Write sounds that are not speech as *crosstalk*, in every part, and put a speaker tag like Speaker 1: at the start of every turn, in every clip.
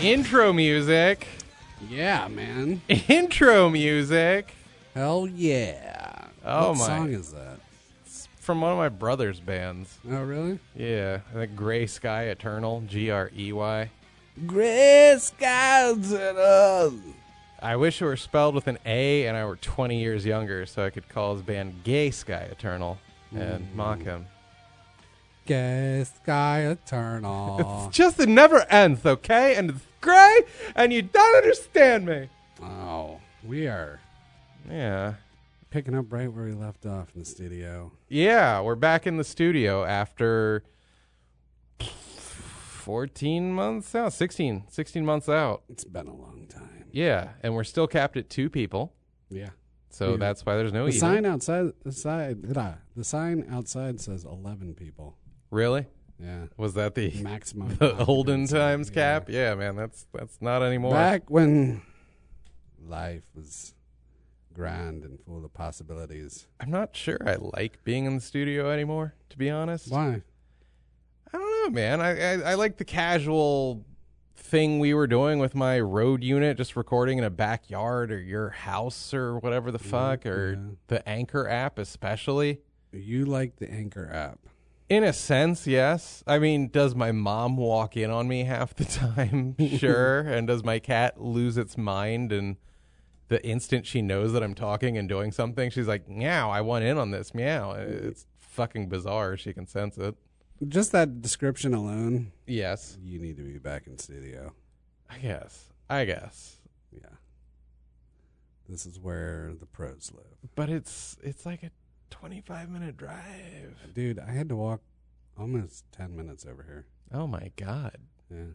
Speaker 1: Intro music.
Speaker 2: Yeah, man.
Speaker 1: Intro music.
Speaker 2: Hell yeah.
Speaker 1: Oh,
Speaker 2: what
Speaker 1: my.
Speaker 2: song is that?
Speaker 1: It's from one of my brother's bands.
Speaker 2: Oh, really?
Speaker 1: Yeah, I think Gray Sky Eternal, G R E Y.
Speaker 2: Gray skies and us.
Speaker 1: I wish it were spelled with an A and I were 20 years younger so I could call his band Gay Sky Eternal
Speaker 2: Mm.
Speaker 1: and mock him.
Speaker 2: Gay
Speaker 1: *laughs*
Speaker 2: sky eternal.
Speaker 1: It's just it never ends, okay? And it's gray and you don't understand me.
Speaker 2: oh, we are
Speaker 1: Yeah.
Speaker 2: picking up right where we left off in the studio.
Speaker 1: Yeah, we're back in the studio after 14 months out, 16, 16 months out.
Speaker 2: It's been a long time.
Speaker 1: Yeah, and we're still capped at two people.
Speaker 2: Yeah.
Speaker 1: So
Speaker 2: Yeah.
Speaker 1: that's why there's no
Speaker 2: The
Speaker 1: eating.
Speaker 2: sign outside the side blah, the sign outside says eleven people.
Speaker 1: Really?
Speaker 2: Yeah.
Speaker 1: Was that the *laughs*
Speaker 2: Maximum.
Speaker 1: the olden
Speaker 2: occupancy.
Speaker 1: times
Speaker 2: Yeah.
Speaker 1: cap? Yeah, man, that's that's not anymore.
Speaker 2: Back when life was grand and full of possibilities.
Speaker 1: I'm not sure I like being in the studio anymore, to be honest.
Speaker 2: Why?
Speaker 1: I don't know, man. I, I I like the casual thing we were doing with my road unit, just recording in a backyard or your house or whatever the fuck, or
Speaker 2: yeah.
Speaker 1: the Anchor app especially.
Speaker 2: You like the Anchor app.
Speaker 1: In a sense, yes. I mean, does my mom walk in on me half the *laughs* time? sure. And does my cat lose its mind and the instant she knows that I'm talking and doing something, she's like, "Meow, I want in on this." Meow. It's fucking bizarre. She can sense it.
Speaker 2: Just that description alone,
Speaker 1: Yes.
Speaker 2: you need to be back in studio.
Speaker 1: I guess. I guess.
Speaker 2: Yeah. This is where the pros live.
Speaker 1: But it's it's like a 25 minute drive.
Speaker 2: Dude, I had to walk almost 10 minutes over here.
Speaker 1: Oh my god.
Speaker 2: Yeah.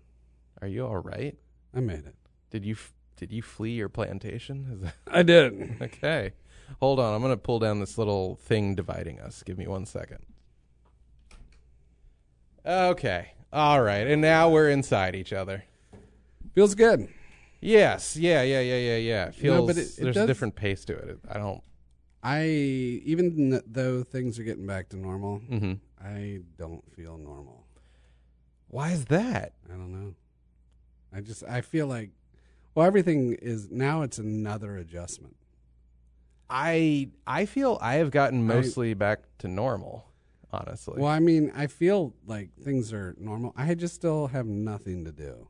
Speaker 1: Are you all right?
Speaker 2: I made it.
Speaker 1: Did you f- did you flee your plantation? Is that
Speaker 2: I did.
Speaker 1: Okay. Hold on. I'm going to pull down this little thing dividing us. Give me one second. Okay. All right. And now we're inside each other.
Speaker 2: Feels good.
Speaker 1: Yes. Yeah. Yeah. Yeah. Yeah. Yeah. It Feels.
Speaker 2: No, but it- it
Speaker 1: there's a
Speaker 2: does-
Speaker 1: different pace to it. It- I don't.
Speaker 2: I, even th- though things are getting back to normal,
Speaker 1: Mm-hmm.
Speaker 2: I don't feel normal.
Speaker 1: Why is that?
Speaker 2: I don't know. I just, I feel like, well, everything is, now it's another adjustment.
Speaker 1: I I feel I have gotten mostly back to normal. Honestly.
Speaker 2: Well, I mean, I feel like things are normal. I just still have nothing to do.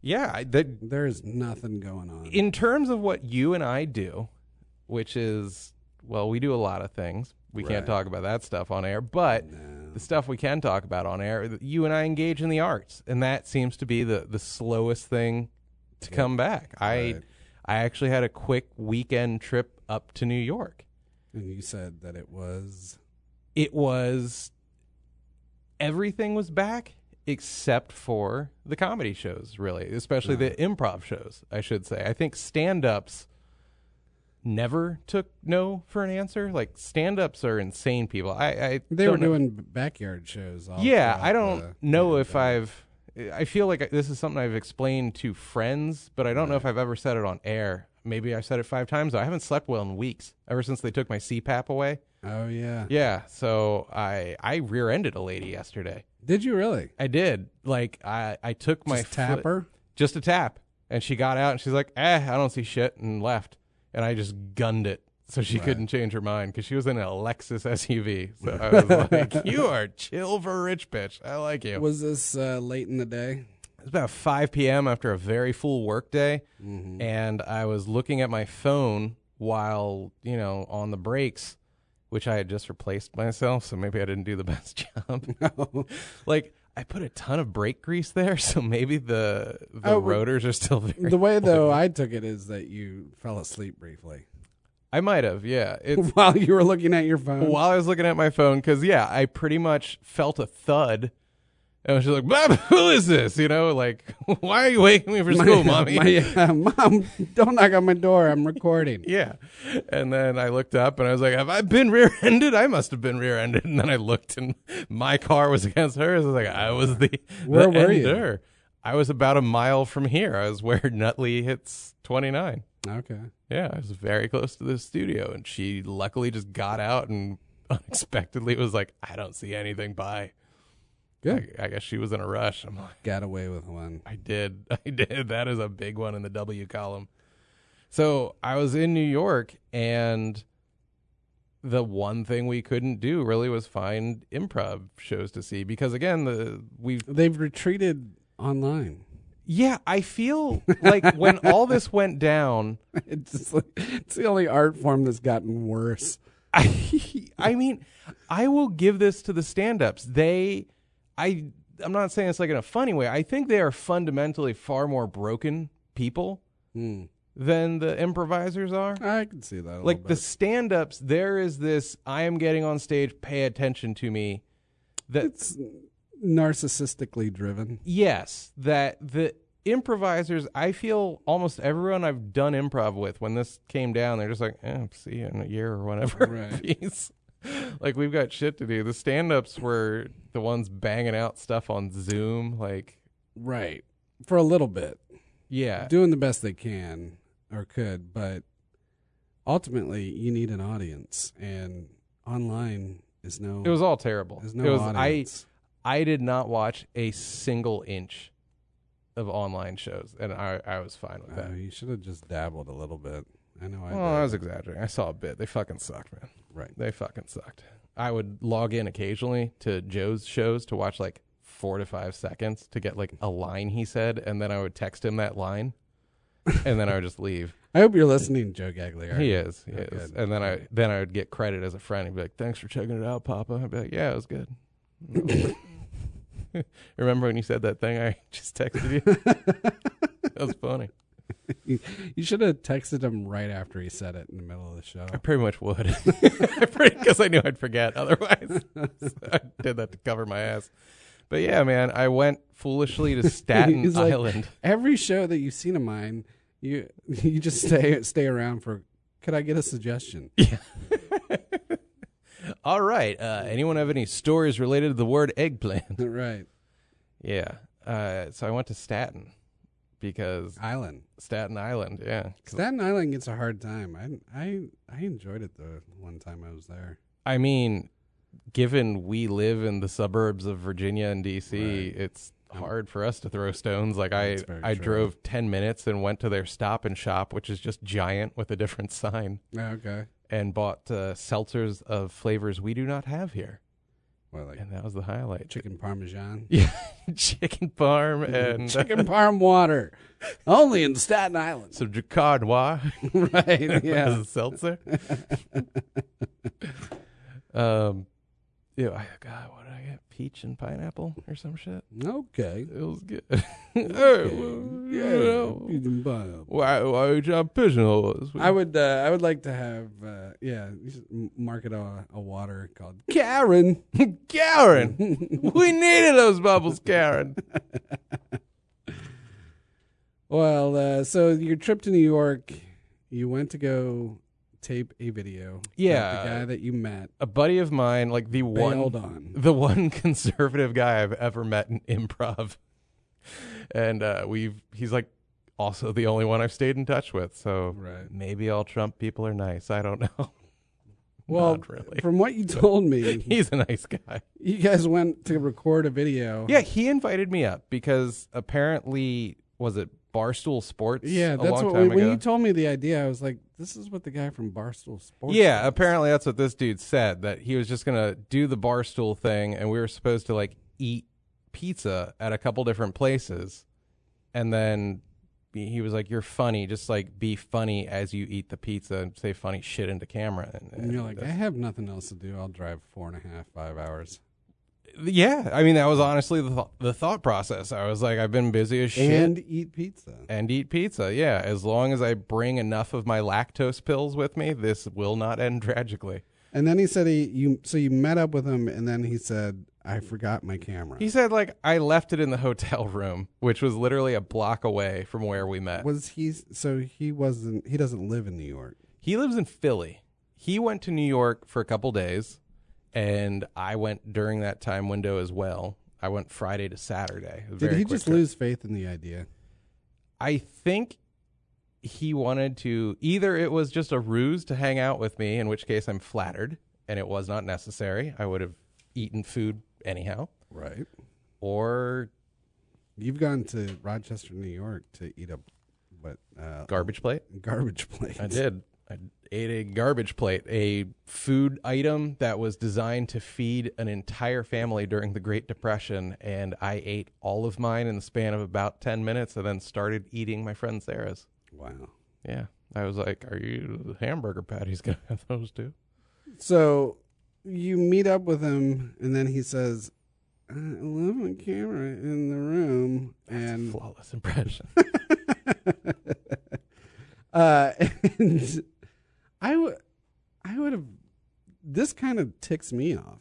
Speaker 1: Yeah. I- That
Speaker 2: There is nothing going on.
Speaker 1: in terms of what you and I do, which is well, we do a lot of things. We can't
Speaker 2: Right.
Speaker 1: talk about that stuff on air, but the stuff we can talk about on air, th- you and I engage in the arts, and that seems to be the the slowest thing to come back. I
Speaker 2: Right.
Speaker 1: I actually had a quick weekend trip up to New York.
Speaker 2: and you said that it was
Speaker 1: It was everything was back except for the comedy shows, really, especially the improv shows, I should say. I think stand ups never took no for an answer. Like stand ups are insane people. I, I
Speaker 2: they
Speaker 1: don't
Speaker 2: were
Speaker 1: know.
Speaker 2: doing backyard shows. All
Speaker 1: Yeah,
Speaker 2: throughout
Speaker 1: I don't
Speaker 2: the-
Speaker 1: know
Speaker 2: yeah,
Speaker 1: if I've. I feel like this is something I've explained to friends, but I don't know if I've ever said it on air. Maybe I've said it five times. Though. I haven't slept well in weeks ever since they took my CPAP away.
Speaker 2: Oh yeah.
Speaker 1: Yeah, so I I rear-ended a lady yesterday.
Speaker 2: Did you really?
Speaker 1: I did. Like I I took my
Speaker 2: Just
Speaker 1: foot-
Speaker 2: tap her?
Speaker 1: just a tap, and she got out and she's like, "Eh, I don't see shit," and left. And I just gunned it, so she couldn't change her mind because she was in a Lexus SUV. So
Speaker 2: *laughs*
Speaker 1: I was like, "You are chill for a rich bitch. I like you."
Speaker 2: Was this uh, late in the day?
Speaker 1: It's about 5 p.m. after a very full work day,
Speaker 2: Mm-hmm.
Speaker 1: and I was looking at my phone while, you know, on the breaks, which I had just replaced myself, so maybe I didn't do the *laughs* best
Speaker 2: *laughs*
Speaker 1: job. Like, I put a ton of brake grease there, so maybe the the
Speaker 2: Oh, but-
Speaker 1: rotors are still *laughs* very.
Speaker 2: The way though I took it is that you fell asleep briefly *laughs*
Speaker 1: I might have, yeah. It's
Speaker 2: while you were looking at your phone.
Speaker 1: while I was looking at my phone because yeah, I pretty much felt a thud, and I was just like, "Bob, who is this?" You know, like, *laughs* why are you waking me for school, mommy?
Speaker 2: *laughs* *laughs* My- uh, *laughs* Mom, don't knock on my door. I'm recording.
Speaker 1: *laughs* Yeah. And then I looked up and I was like, have I been rear ended? I must have been rear ended. And then I looked and my car was against hers. I was like, I was the,
Speaker 2: Where
Speaker 1: the
Speaker 2: were you?
Speaker 1: ender. I was about a mile from here. I was where Nutley hits 29.
Speaker 2: Okay.
Speaker 1: Yeah, I was very close to the studio. And she *laughs* luckily just got out and unexpectedly was like, I don't see anything. Bye.
Speaker 2: Good.
Speaker 1: I, I guess she was in a rush. I'm like,
Speaker 2: Got away with one.
Speaker 1: I did. *laughs* I did. That is a big one in the W column. So I was in New York, and the one thing we couldn't do really was find improv shows to see because again, the we
Speaker 2: They've retreated online.
Speaker 1: yeah, I feel like when *laughs* all this went *laughs* down,
Speaker 2: *laughs* It's just like, it's the only art form that's gotten worse.
Speaker 1: I, I mean, I will give this to the stand-ups. They, I, I'm not saying it's like in a funny way. I think they are fundamentally far more broken people
Speaker 2: Hmm.
Speaker 1: than the improvisers are.
Speaker 2: I can see that. A
Speaker 1: like
Speaker 2: little
Speaker 1: the
Speaker 2: bit.
Speaker 1: stand-ups, there is this. I am getting on stage. Pay attention to me. That
Speaker 2: it's narcissistically driven.
Speaker 1: yes, that the improvisers. I feel almost everyone I've done improv with when this came down, they're just like, eh, see you in a year or whatever. *laughs*
Speaker 2: Right.
Speaker 1: Peace. Like we've got shit to do. The stand-ups were the ones banging out stuff on Zoom. Like,
Speaker 2: Right. For a little bit.
Speaker 1: yeah,
Speaker 2: Doing the best they can or could, but ultimately you need an audience and online is no
Speaker 1: it was all terrible.
Speaker 2: there's no
Speaker 1: it was,
Speaker 2: audience.
Speaker 1: I I did not watch a single inch of online shows, and I I was fine with that.
Speaker 2: Uh, you should have just dabbled a little bit. I know I
Speaker 1: Well, I
Speaker 2: did.
Speaker 1: Oh, was exaggerating. I saw a bit. They fucking sucked, man.
Speaker 2: Right.
Speaker 1: They fucking sucked. I would log in occasionally to Joe's shows to watch like four to five seconds to get like a line he said, and then I would text him that line, and then I would just
Speaker 2: *laughs*
Speaker 1: leave.
Speaker 2: I hope you're listening, Joe Gagliardi.
Speaker 1: He is, he
Speaker 2: Oh,
Speaker 1: is.
Speaker 2: good.
Speaker 1: And then I then I would get credit as a friend. He'd be like, "Thanks for checking it out, Papa." I'd be like, "Yeah, it was good." *laughs* Remember when you said that thing? I *laughs* just texted
Speaker 2: *laughs*
Speaker 1: you. that was funny.
Speaker 2: You should have texted him right after he said it in the middle of the show.
Speaker 1: I pretty much would. *laughs* Because I knew I'd forget otherwise. *laughs* So I did that to cover my ass. But yeah, man, I went foolishly
Speaker 2: *laughs*
Speaker 1: to Staten
Speaker 2: He's like-
Speaker 1: Island. *laughs*
Speaker 2: Every show that you've seen of mine, you *laughs* you just stay stay around for. Could I get a suggestion? *laughs*
Speaker 1: All right. Uh, anyone have any stories related to the word eggplant? *laughs*
Speaker 2: right,
Speaker 1: yeah. Uh, so I went to Staten because
Speaker 2: Island.
Speaker 1: Staten Island, yeah. 'Cause-
Speaker 2: Staten Island gets a hard time. I I I enjoyed it the one time I was there.
Speaker 1: I mean, given we live in the suburbs of Virginia and DC,
Speaker 2: Right.
Speaker 1: it's hard for us to throw stones. Like I,
Speaker 2: That's very
Speaker 1: I
Speaker 2: true.
Speaker 1: drove ten minutes and went to their stop and shop, which is just giant with a different *laughs* sign,
Speaker 2: Oh, okay.
Speaker 1: and bought uh, seltzers of flavors we do not have here,
Speaker 2: Well, like
Speaker 1: and that was the highlight. *laughs*
Speaker 2: chicken parmesan,
Speaker 1: yeah, chicken parm
Speaker 2: *laughs*
Speaker 1: and uh,
Speaker 2: chicken parm water, only in Staten
Speaker 1: *laughs*
Speaker 2: Island. *laughs*
Speaker 1: some Jacquard Noir. *laughs*
Speaker 2: right?
Speaker 1: as *laughs*
Speaker 2: Yeah.
Speaker 1: a
Speaker 2: *laughs*
Speaker 1: seltzer. um, yeah, I, God, what did I get? Peach and pineapple or some shit.
Speaker 2: Okay.
Speaker 1: It was good. *laughs* hey, Oh, well, you know,
Speaker 2: Chicken parm.
Speaker 1: why, why would you pigeonhole us?
Speaker 2: I would uh, I would like to have uh, yeah you should m- market a, a water called Karen.
Speaker 1: *laughs* Karen, we needed those bubbles, Karen.
Speaker 2: *laughs* Well, uh, so your trip to New York, you went to go tape a video. that
Speaker 1: Yeah.
Speaker 2: the guy that you met
Speaker 1: A buddy of mine, like the one,
Speaker 2: bailed on.
Speaker 1: the one *laughs* conservative guy I've ever met in improv, and uh, we've he's like also the only one I've stayed in touch with. So
Speaker 2: Right.
Speaker 1: Maybe all Trump people are nice. I don't *laughs* know.
Speaker 2: Well,
Speaker 1: Not really. *laughs*
Speaker 2: from what you told me,
Speaker 1: He's a nice guy.
Speaker 2: you guys went to record a video.
Speaker 1: Yeah, he invited me up because apparently, was it Barstool Sports?
Speaker 2: Yeah,
Speaker 1: a
Speaker 2: that's
Speaker 1: long
Speaker 2: what
Speaker 1: time
Speaker 2: when, when
Speaker 1: ago.
Speaker 2: you told me the idea, I was like, "This is what the guy from Barstool Sports."
Speaker 1: yeah,
Speaker 2: does.
Speaker 1: apparently that's what this dude said that he was just gonna do the Barstool thing, and we were supposed to like eat pizza at a couple different places, and then he he was like, "You're funny, just like be funny as you eat the pizza and say funny shit into camera." And,
Speaker 2: and you're like, "I
Speaker 1: that's-
Speaker 2: have nothing else to do. I'll drive four and a half, five hours."
Speaker 1: Yeah, I mean that was honestly the th- the thought process. I was like, I've been busy as shit and,
Speaker 2: and eat pizza.
Speaker 1: eat pizza. Yeah, as long as I bring enough of my lactose pills with me, this will not end *laughs* tragically.
Speaker 2: And then he said he you so you met up with him, and then he said, "I forgot my camera."
Speaker 1: He said, like I left it in the *laughs* hotel room, which was literally a block away from where we met.
Speaker 2: was he so he wasn't he doesn't live in New York.
Speaker 1: He lives in Philly. He went to New York for a couple days, and I went during that time window as well. I went Friday to Saturday. A
Speaker 2: Did
Speaker 1: very
Speaker 2: he
Speaker 1: quick
Speaker 2: just
Speaker 1: trip.
Speaker 2: lose faith in the idea?
Speaker 1: I think he wanted to either it was just a ruse to hang out with me, in which case I'm flattered and it was not necessary. I would have eaten food anyhow.
Speaker 2: Right.
Speaker 1: or
Speaker 2: You've gone to Rochester, New York to eat a what uh, *laughs*
Speaker 1: garbage plate.
Speaker 2: garbage plate.
Speaker 1: I did. I ate a garbage plate, a food item that was designed to feed an entire family during the Great Depression, and I ate all of mine in the span of about ten minutes, and then started eating my friend Sarah's.
Speaker 2: Wow.
Speaker 1: Yeah, I was like, "Are you the hamburger patties gonna have those too?"
Speaker 2: So you meet up with him, and then he says, "I love a camera in the room," and
Speaker 1: Flawless impression. *laughs*
Speaker 2: *laughs* uh, and I would, I would have. This kind of ticks me off.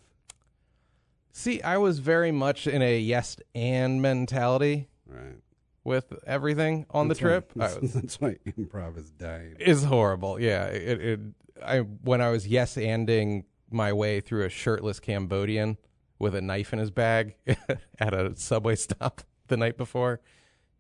Speaker 1: See, I was very much in a yes and mentality
Speaker 2: Right
Speaker 1: with everything on the
Speaker 2: That's why-
Speaker 1: trip. I
Speaker 2: *laughs* that's,
Speaker 1: was-
Speaker 2: that's why improv is dying.
Speaker 1: is horrible. Yeah, it, it. I when I was yes anding my way through a shirtless Cambodian with a knife in his bag *laughs* at a subway stop *laughs* the night before.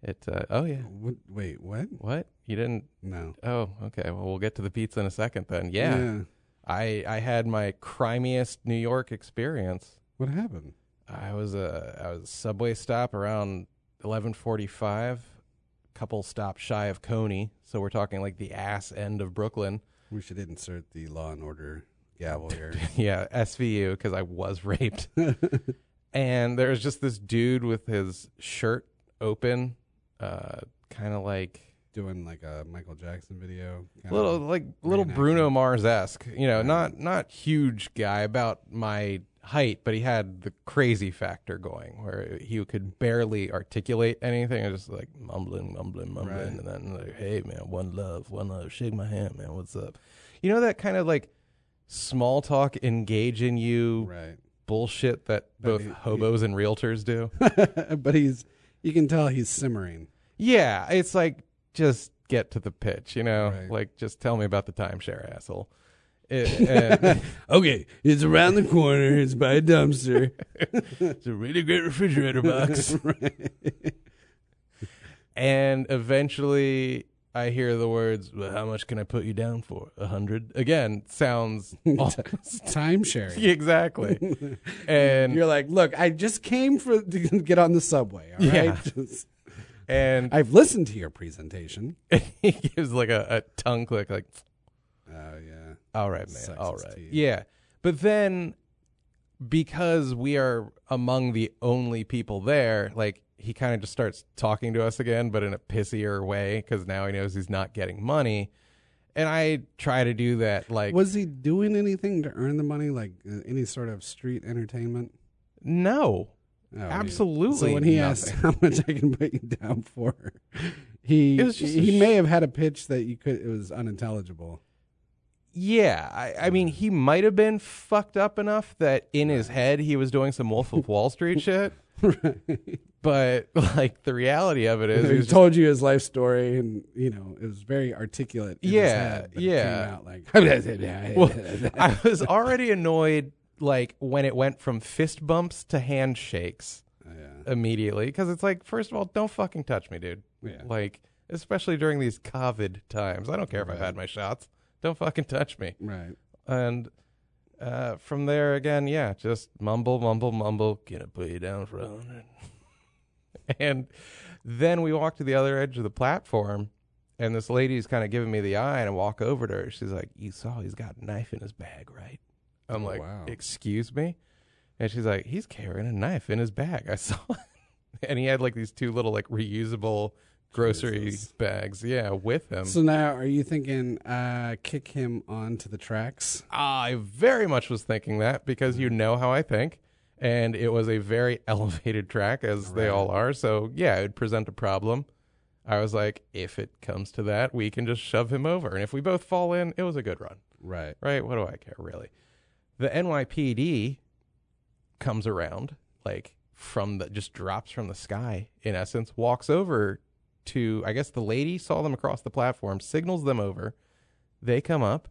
Speaker 1: It. Uh, oh yeah.
Speaker 2: What, wait, what?
Speaker 1: What you didn't?
Speaker 2: No.
Speaker 1: Oh, okay. Well, we'll get to the pizza in a second then. Yeah, I I had my crimiest New York experience.
Speaker 2: What happened?
Speaker 1: I was a I was a subway stop around eleven forty five, couple stops shy of Coney. So we're talking like the ass end of Brooklyn.
Speaker 2: We should insert the Law and Order gavel *laughs* here.
Speaker 1: yeah, SVU because I was *laughs* raped. and there was just this dude with his shirt open, uh, kind of like
Speaker 2: Doing like a Michael Jackson video. kinda.
Speaker 1: little like little
Speaker 2: reenacting.
Speaker 1: Bruno Mars esque. You know, not not huge guy about my height, but he had the crazy factor going where he could barely articulate anything. I was just like mumbling, mumbling, mumbling,
Speaker 2: Right.
Speaker 1: and then like, hey man, one love, one love, shake my hand, man, what's up? You know that kind of like small talk engage in you
Speaker 2: right. *laughs*
Speaker 1: bullshit that both hobos and realtors *laughs* do.
Speaker 2: but he's you can tell he's simmering.
Speaker 1: yeah, it's like just get to the pitch, you know.
Speaker 2: Right.
Speaker 1: Like just tell me about the timeshare, *laughs* asshole. It- and-
Speaker 2: Okay, it's around the corner. It's by a *laughs* dumpster.
Speaker 1: it's a really great refrigerator box. *laughs* and eventually, I hear the words, "Well, how much can I put you down for? A hundred again?" Sounds *laughs* almost-
Speaker 2: Time
Speaker 1: *laughs*
Speaker 2: sharing.
Speaker 1: exactly. and
Speaker 2: You're like, look, I just came for to *laughs* get on the subway. All right,
Speaker 1: Yeah.
Speaker 2: Just-
Speaker 1: and *laughs*
Speaker 2: I've listened to your presentation.
Speaker 1: he gives like a, a tongue click, like.
Speaker 2: Oh yeah,
Speaker 1: All right, man.
Speaker 2: Sucks
Speaker 1: All
Speaker 2: his
Speaker 1: right.
Speaker 2: teeth.
Speaker 1: Yeah. But then because we are among the only people there, like he kind of just starts talking to us again, but in a pissier way because now he knows he's not getting money. And I try to do that like
Speaker 2: was he doing anything to earn the money, like uh, any sort of street entertainment?
Speaker 1: no.
Speaker 2: Oh, yeah.
Speaker 1: Absolutely
Speaker 2: So when he
Speaker 1: nothing.
Speaker 2: asked *laughs* how much I can put you down for, he
Speaker 1: It was just a
Speaker 2: he
Speaker 1: sh-
Speaker 2: may have had a pitch that you could it was unintelligible. *laughs*
Speaker 1: Yeah, I, I mean, he might have been fucked up enough that in his head he was doing some Wolf of Wall
Speaker 2: *laughs*
Speaker 1: Street shit,
Speaker 2: right.
Speaker 1: but like the reality of it is he
Speaker 2: he *laughs*
Speaker 1: was
Speaker 2: told you his life story, and you know it was very articulate. in his
Speaker 1: Yeah,
Speaker 2: head, but it
Speaker 1: yeah.
Speaker 2: came out like *laughs* well,
Speaker 1: well, *laughs* I was already annoyed like when it went from fist bumps to handshakes
Speaker 2: yeah,
Speaker 1: immediately because it's like first of all don't fucking touch me dude
Speaker 2: *laughs* Yeah.
Speaker 1: like especially during these covid times i don't care if i've had my shots don't fucking touch me
Speaker 2: right.
Speaker 1: and uh from there again yeah just mumble mumble mumble gonna put you down for a hundred *laughs* and then we walk to the other edge of the platform and this lady's kind of giving me the eye and i walk over to her she's like you saw he's got a knife in his bag right i'm
Speaker 2: Oh,
Speaker 1: like
Speaker 2: wow.
Speaker 1: excuse me and she's like he's carrying a knife in his bag i *laughs* saw it and he had like these two little like reusable grocery
Speaker 2: Jesus.
Speaker 1: bags yeah with him
Speaker 2: So now, are you thinking uh, kick him onto the tracks?
Speaker 1: I very much was thinking that because you know how I think. And it was a very *laughs* elevated track, as they all are. So, yeah, it would present a problem. I was like, if it comes to that, we can just shove him over. And if we both fall in, it was a good run,
Speaker 2: Right.
Speaker 1: right? What do I care, really? The NYPD comes around, like from the just drops from the sky, in essence, walks over to, I guess the lady saw them across the platform, signals them over. They come up,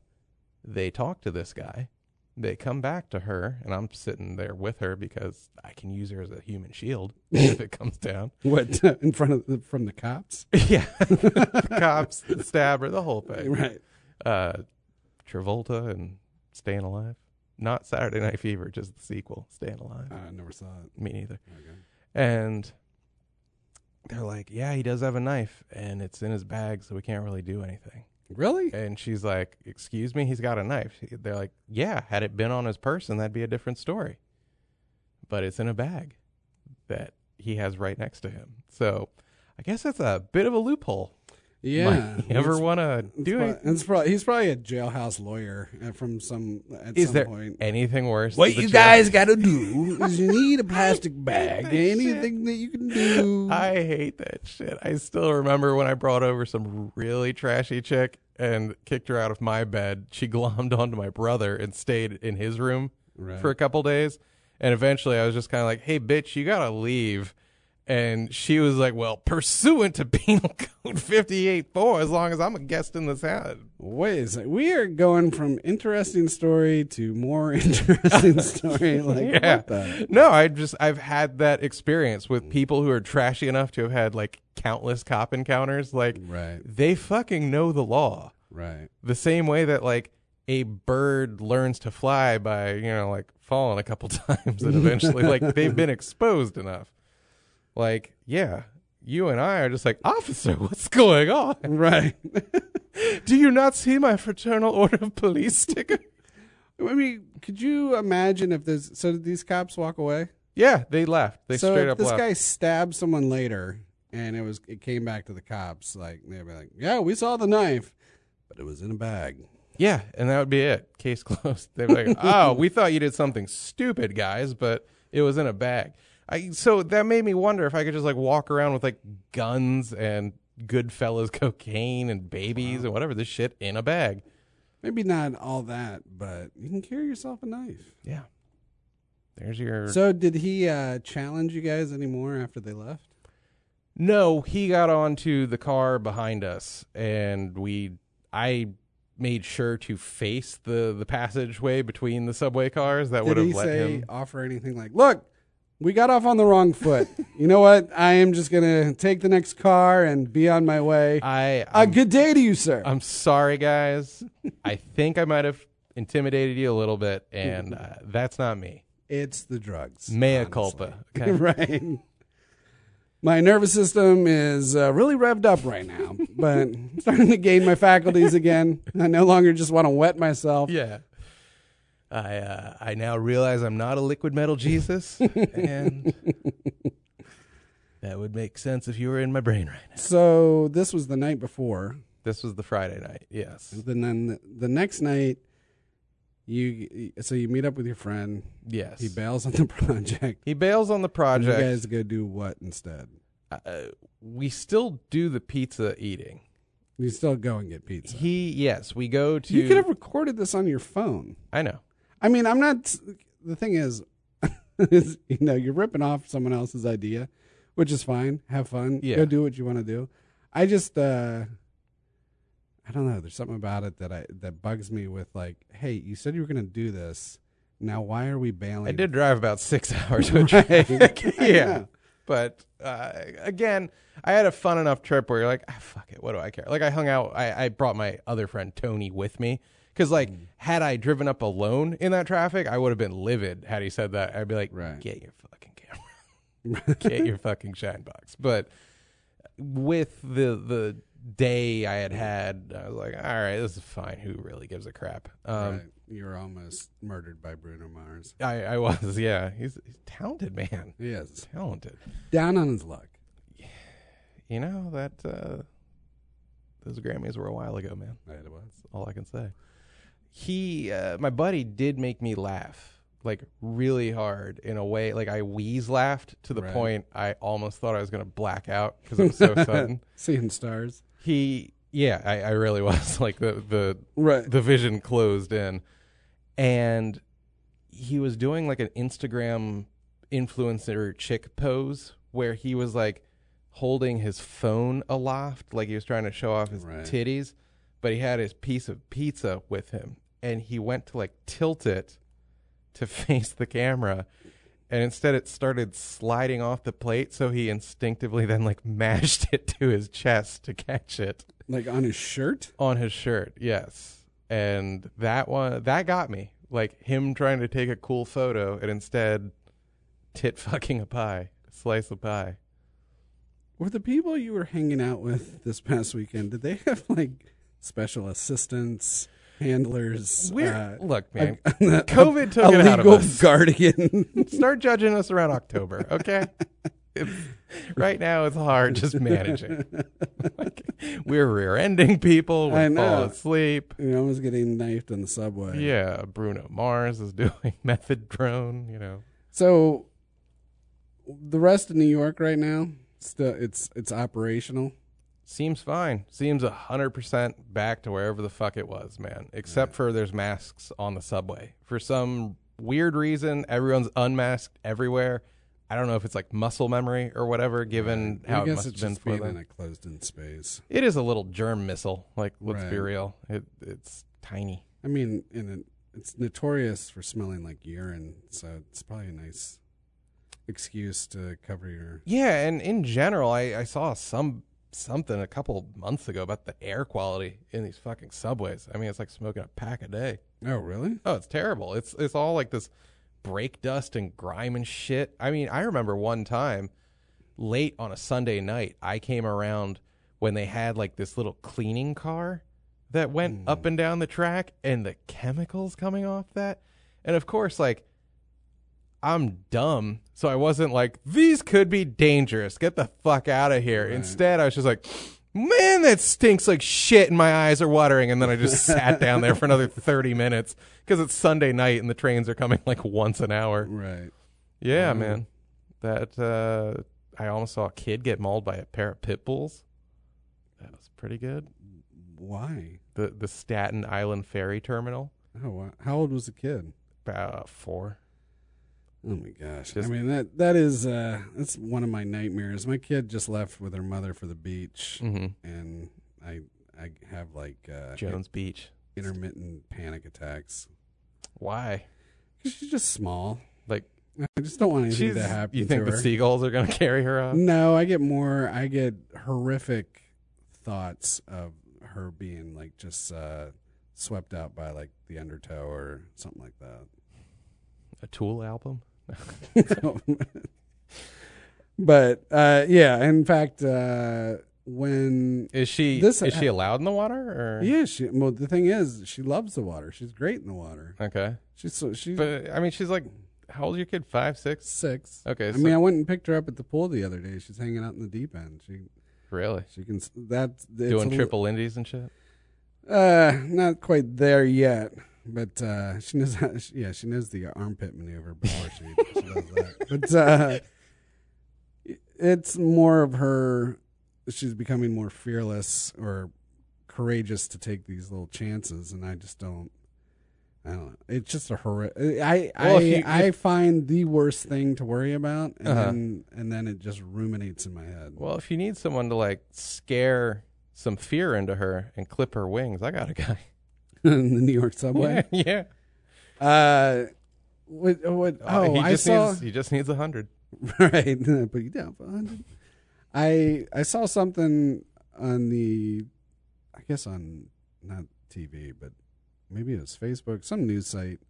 Speaker 1: they talk to this guy, they come back to her, and I'm sitting there with her because I can use her as a human shield if it comes down. *laughs*
Speaker 2: What *laughs* in front of the, from the cops?
Speaker 1: Yeah. the cops, the stabber, the whole thing.
Speaker 2: right.
Speaker 1: Uh, Travolta and Staying Alive. Not Saturday Night Fever, just the sequel, Staying Alive.
Speaker 2: I never saw it.
Speaker 1: Me neither.
Speaker 2: Okay.
Speaker 1: And they're like, yeah, he does have a knife and it's in his bag, so we can't really do anything.
Speaker 2: Really?
Speaker 1: And she's like, excuse me, he's got a knife. They're like, yeah, had it been on his person, that'd be a different story. But it's in a bag that he has right next to him. So I guess that's a bit of a loophole.
Speaker 2: Yeah.
Speaker 1: Like, you ever
Speaker 2: It's-
Speaker 1: want to
Speaker 2: it's
Speaker 1: do
Speaker 2: prob-
Speaker 1: it?
Speaker 2: It's probably, he's probably a jailhouse lawyer uh, from some at
Speaker 1: Is
Speaker 2: some
Speaker 1: there
Speaker 2: point.
Speaker 1: anything worse?
Speaker 2: What
Speaker 1: than
Speaker 2: you
Speaker 1: the
Speaker 2: guys got to do is you
Speaker 1: *laughs*
Speaker 2: need a plastic bag.
Speaker 1: that shit.
Speaker 2: Anything that you can
Speaker 1: joke?
Speaker 2: do.
Speaker 1: I hate that shit. I still remember when I brought over some really trashy chick and kicked her out of my bed. She *laughs* glommed onto my brother and stayed in his room
Speaker 2: Right.
Speaker 1: for a couple days. And eventually I was just kind of like, hey, bitch, you got to leave. And she was like, well, pursuant to *laughs* Penal Code 58.4, as long as I'm a guest in this house.
Speaker 2: Wait a sec. We are going from interesting story to more *laughs* interesting story. Like
Speaker 1: Yeah.
Speaker 2: what the?
Speaker 1: No, I just, I've had that experience with people who are trashy enough to have had like countless cop encounters. Like,
Speaker 2: Right.
Speaker 1: they fucking know the law.
Speaker 2: Right.
Speaker 1: The same way that like a bird learns to fly by, you know, like falling a couple *laughs* times and eventually like they've been exposed enough. Like, yeah, you and I are just like, officer, what's going on?
Speaker 2: Right. *laughs*
Speaker 1: Do you not see my fraternal order of police sticker? *laughs*
Speaker 2: I mean, could you imagine if this? So did these cops walk away?
Speaker 1: yeah, they left. They
Speaker 2: so
Speaker 1: straight
Speaker 2: if
Speaker 1: up
Speaker 2: this
Speaker 1: left.
Speaker 2: guy stabbed someone later, and it was it came back to the cops. Like they'd be like, "Yeah, we saw the knife, but it was in a bag."
Speaker 1: yeah, and that would be it. Case *laughs* closed. They're like, oh, we thought you did something stupid, guys, but it was in a bag. I, so that made me wonder if I could just like walk around with like guns and Goodfellas *laughs* cocaine and babies and whatever this shit in a bag.
Speaker 2: Maybe not all that, but you can carry yourself a knife.
Speaker 1: Yeah. There's your.
Speaker 2: So did he uh, challenge you guys anymore after they left?
Speaker 1: No, he got onto the car behind us, and we. I made sure to face the the passageway between the subway cars. That would
Speaker 2: Did
Speaker 1: have
Speaker 2: he
Speaker 1: let
Speaker 2: say
Speaker 1: him.
Speaker 2: offer anything like, "Look, we got off on the
Speaker 1: *laughs*
Speaker 2: wrong foot. you know what? I am just gonna take the next car and be on my way.
Speaker 1: I.
Speaker 2: A
Speaker 1: I'm,
Speaker 2: good day to you, sir."
Speaker 1: I'm sorry, guys. I think I might have intimidated you a little bit, and uh, that's not me.
Speaker 2: it's the drugs.
Speaker 1: Mea
Speaker 2: honestly. *laughs*
Speaker 1: culpa. Okay.
Speaker 2: right. My nervous system is uh, really revved up
Speaker 1: *laughs*
Speaker 2: right now, but I'm starting to gain my faculties again. I no longer just want to wet myself.
Speaker 1: yeah. I uh, I now realize I'm not a liquid metal
Speaker 2: *laughs*
Speaker 1: Jesus, and that would make sense if you were in my brain right now.
Speaker 2: So this was the night before.
Speaker 1: This was the Friday night. Yes.
Speaker 2: Then then the next night, you so you meet up with your friend.
Speaker 1: Yes.
Speaker 2: He bails on the *laughs* project.
Speaker 1: He bails on the
Speaker 2: and You
Speaker 1: project.
Speaker 2: guys go do what instead?
Speaker 1: uh, we still do the pizza eating.
Speaker 2: You still go and get pizza.
Speaker 1: He yes, we go to.
Speaker 2: You could have recorded this on your phone.
Speaker 1: I know.
Speaker 2: I mean, I'm not. The thing is, *laughs* is, you know, you're ripping off someone else's idea, which is fine. Have fun.
Speaker 1: Yeah.
Speaker 2: Go do what you want to do. I just, uh I don't know. There's something about it that I that bugs me. With like, hey, you said you were going to do this. Now, why are we bailing?
Speaker 1: I did drive about six *laughs* hours with
Speaker 2: Right. *laughs*
Speaker 1: traffic. *laughs*
Speaker 2: I
Speaker 1: yeah.
Speaker 2: know.
Speaker 1: But uh, again, I had a fun enough trip where you're like, ah, fuck it, what do I care? Like I hung out. I, I brought my other friend Tony with me because like
Speaker 2: Mm.
Speaker 1: had I driven up alone in that traffic, I would have been livid. Had he said that, I'd be like,
Speaker 2: Right.
Speaker 1: get your fucking camera. *laughs* get your fucking shine box. But with the the day I had had, I was like, all right, this is fine. Who really gives a crap? Um,
Speaker 2: Right. You were almost murdered by Bruno Mars.
Speaker 1: I, I was, *laughs* yeah. He's, he's a talented, man.
Speaker 2: Yes,
Speaker 1: Talented.
Speaker 2: down on his luck.
Speaker 1: You know that uh, those Grammys were a while ago, man.
Speaker 2: It was.
Speaker 1: all I can say. He, uh, my buddy, did make me laugh like really hard in a way. Like I wheeze laughed to the
Speaker 2: Right.
Speaker 1: point I almost thought I was gonna black out because it was so sudden.
Speaker 2: Seeing stars.
Speaker 1: He, yeah, I, I really was *laughs* like the the
Speaker 2: Right.
Speaker 1: the vision closed in, and he was doing like an Instagram influencer chick pose where he was like holding his phone aloft, like he was trying to show off his
Speaker 2: Right.
Speaker 1: titties, but he had his piece of pizza with him, and he went to like tilt it to *laughs* face the camera. And instead, it started sliding off the plate, so he instinctively then like *laughs* mashed it to his chest to catch it
Speaker 2: Like on his shirt.
Speaker 1: on his shirt yes and that one that got me like him trying to take a cool photo and instead tit fucking a pie slice of pie.
Speaker 2: Were the people you were hanging out with this past weekend, did they have like special assistants, handlers?
Speaker 1: We're,
Speaker 2: uh,
Speaker 1: look,
Speaker 2: *laughs*
Speaker 1: man,
Speaker 2: a- a-
Speaker 1: COVID took
Speaker 2: a
Speaker 1: it out of
Speaker 2: legal
Speaker 1: us.
Speaker 2: *laughs* guardian. *laughs*
Speaker 1: Start judging us around October, okay? it's, right now, it's hard just managing. like, we're rear-ending people.
Speaker 2: I
Speaker 1: We fall
Speaker 2: know.
Speaker 1: asleep.
Speaker 2: you know, I was getting knifed on the subway.
Speaker 1: Yeah, Bruno Mars is doing *laughs* method drone. You know,
Speaker 2: So the rest of New York right now, still it's it's operational.
Speaker 1: seems fine. Seems a hundred percent back to wherever the fuck it was, man. Except for there's masks on the subway for some weird reason. Everyone's unmasked everywhere. I don't know if it's like muscle memory or whatever, given how
Speaker 2: I
Speaker 1: it
Speaker 2: guess
Speaker 1: must
Speaker 2: it's
Speaker 1: have been
Speaker 2: just
Speaker 1: for
Speaker 2: being
Speaker 1: them.
Speaker 2: in a closed in space.
Speaker 1: It is a little germ missile. Like, let's be
Speaker 2: Right.
Speaker 1: real. It it's tiny.
Speaker 2: I mean, and it, it's notorious for smelling like urine, so it's probably a nice excuse to cover your.
Speaker 1: Yeah, and in general, I, I saw some something a couple months ago about the air quality in these fucking subways. I mean, it's like smoking a pack a day.
Speaker 2: Oh, really?
Speaker 1: Oh, it's terrible. It's it's all like this brake dust and grime and shit. I mean, I remember one time late on a Sunday night, I came around when they had like this little cleaning car that went up and down the track and the chemicals coming off that. And of course, like I'm dumb, so I wasn't like these could be dangerous. Get the fuck out of here. Instead, I was just like Man, that stinks like shit, and my eyes are watering. And then I just
Speaker 2: *laughs*
Speaker 1: sat down there for another 30 minutes because it's Sunday night and the trains are coming like once an hour.
Speaker 2: Right.
Speaker 1: Yeah,
Speaker 2: Mm.
Speaker 1: man. That uh I almost saw a kid get mauled by a pair of pit bulls. That was pretty good.
Speaker 2: Why?
Speaker 1: The the Staten Island ferry terminal.
Speaker 2: Oh, wow. how old was the kid?
Speaker 1: About four.
Speaker 2: Oh my gosh!
Speaker 1: Just-
Speaker 2: I mean that that is uh that's one of my nightmares. My kid just left with her mother for the beach,
Speaker 1: Mm-hmm.
Speaker 2: and I I have like uh,
Speaker 1: Jones Beach.
Speaker 2: intermittent panic attacks.
Speaker 1: Why?
Speaker 2: 'Cause She's just small.
Speaker 1: Like
Speaker 2: I just don't want anything
Speaker 1: she's,
Speaker 2: to happen.
Speaker 1: you think
Speaker 2: to
Speaker 1: the
Speaker 2: her.
Speaker 1: seagulls are gonna carry her off?
Speaker 2: No, I get more. I get horrific thoughts of her being like just uh, swept out by like the undertow or something like
Speaker 1: A Tool album?
Speaker 2: that. *laughs* but uh, yeah, in fact, uh, when
Speaker 1: Is she
Speaker 2: This- uh,
Speaker 1: is she allowed in the water? Or
Speaker 2: yeah, she well the thing is she loves the water. She's great in the water.
Speaker 1: okay.
Speaker 2: She's so she's
Speaker 1: But I mean, she's like, how old is your kid? Five, six?
Speaker 2: six.
Speaker 1: Okay,
Speaker 2: I
Speaker 1: so
Speaker 2: mean, I went and picked her up at the pool the other day. She's hanging out in the deep end. She
Speaker 1: really
Speaker 2: she can that's it's a
Speaker 1: doing
Speaker 2: li-
Speaker 1: triple indies and shit.
Speaker 2: Uh, not quite there yet, but uh, she knows. How, *laughs* she- yeah, she knows the armpit maneuver before she, she does that. But uh, it's more of her. She's becoming more fearless or courageous to take these little chances, and I just don't. I don't know. It's just a horrific. I
Speaker 1: Well,
Speaker 2: I,
Speaker 1: if you- if-
Speaker 2: I find the worst thing to worry about, and
Speaker 1: Uh-huh.
Speaker 2: then and then it just ruminates in my head.
Speaker 1: Well, if you need someone to like scare some fear into her and clip her wings, I got a guy.
Speaker 2: *laughs* in the New York subway.
Speaker 1: yeah, *laughs* yeah.
Speaker 2: Uh, what? What?
Speaker 1: Uh,
Speaker 2: Oh,
Speaker 1: he
Speaker 2: I
Speaker 1: just
Speaker 2: saw.
Speaker 1: needs he just needs a hundred.
Speaker 2: *laughs* right, put you down for a hundred. I I saw something on the, I guess on not TV, but maybe it was Facebook, some news site,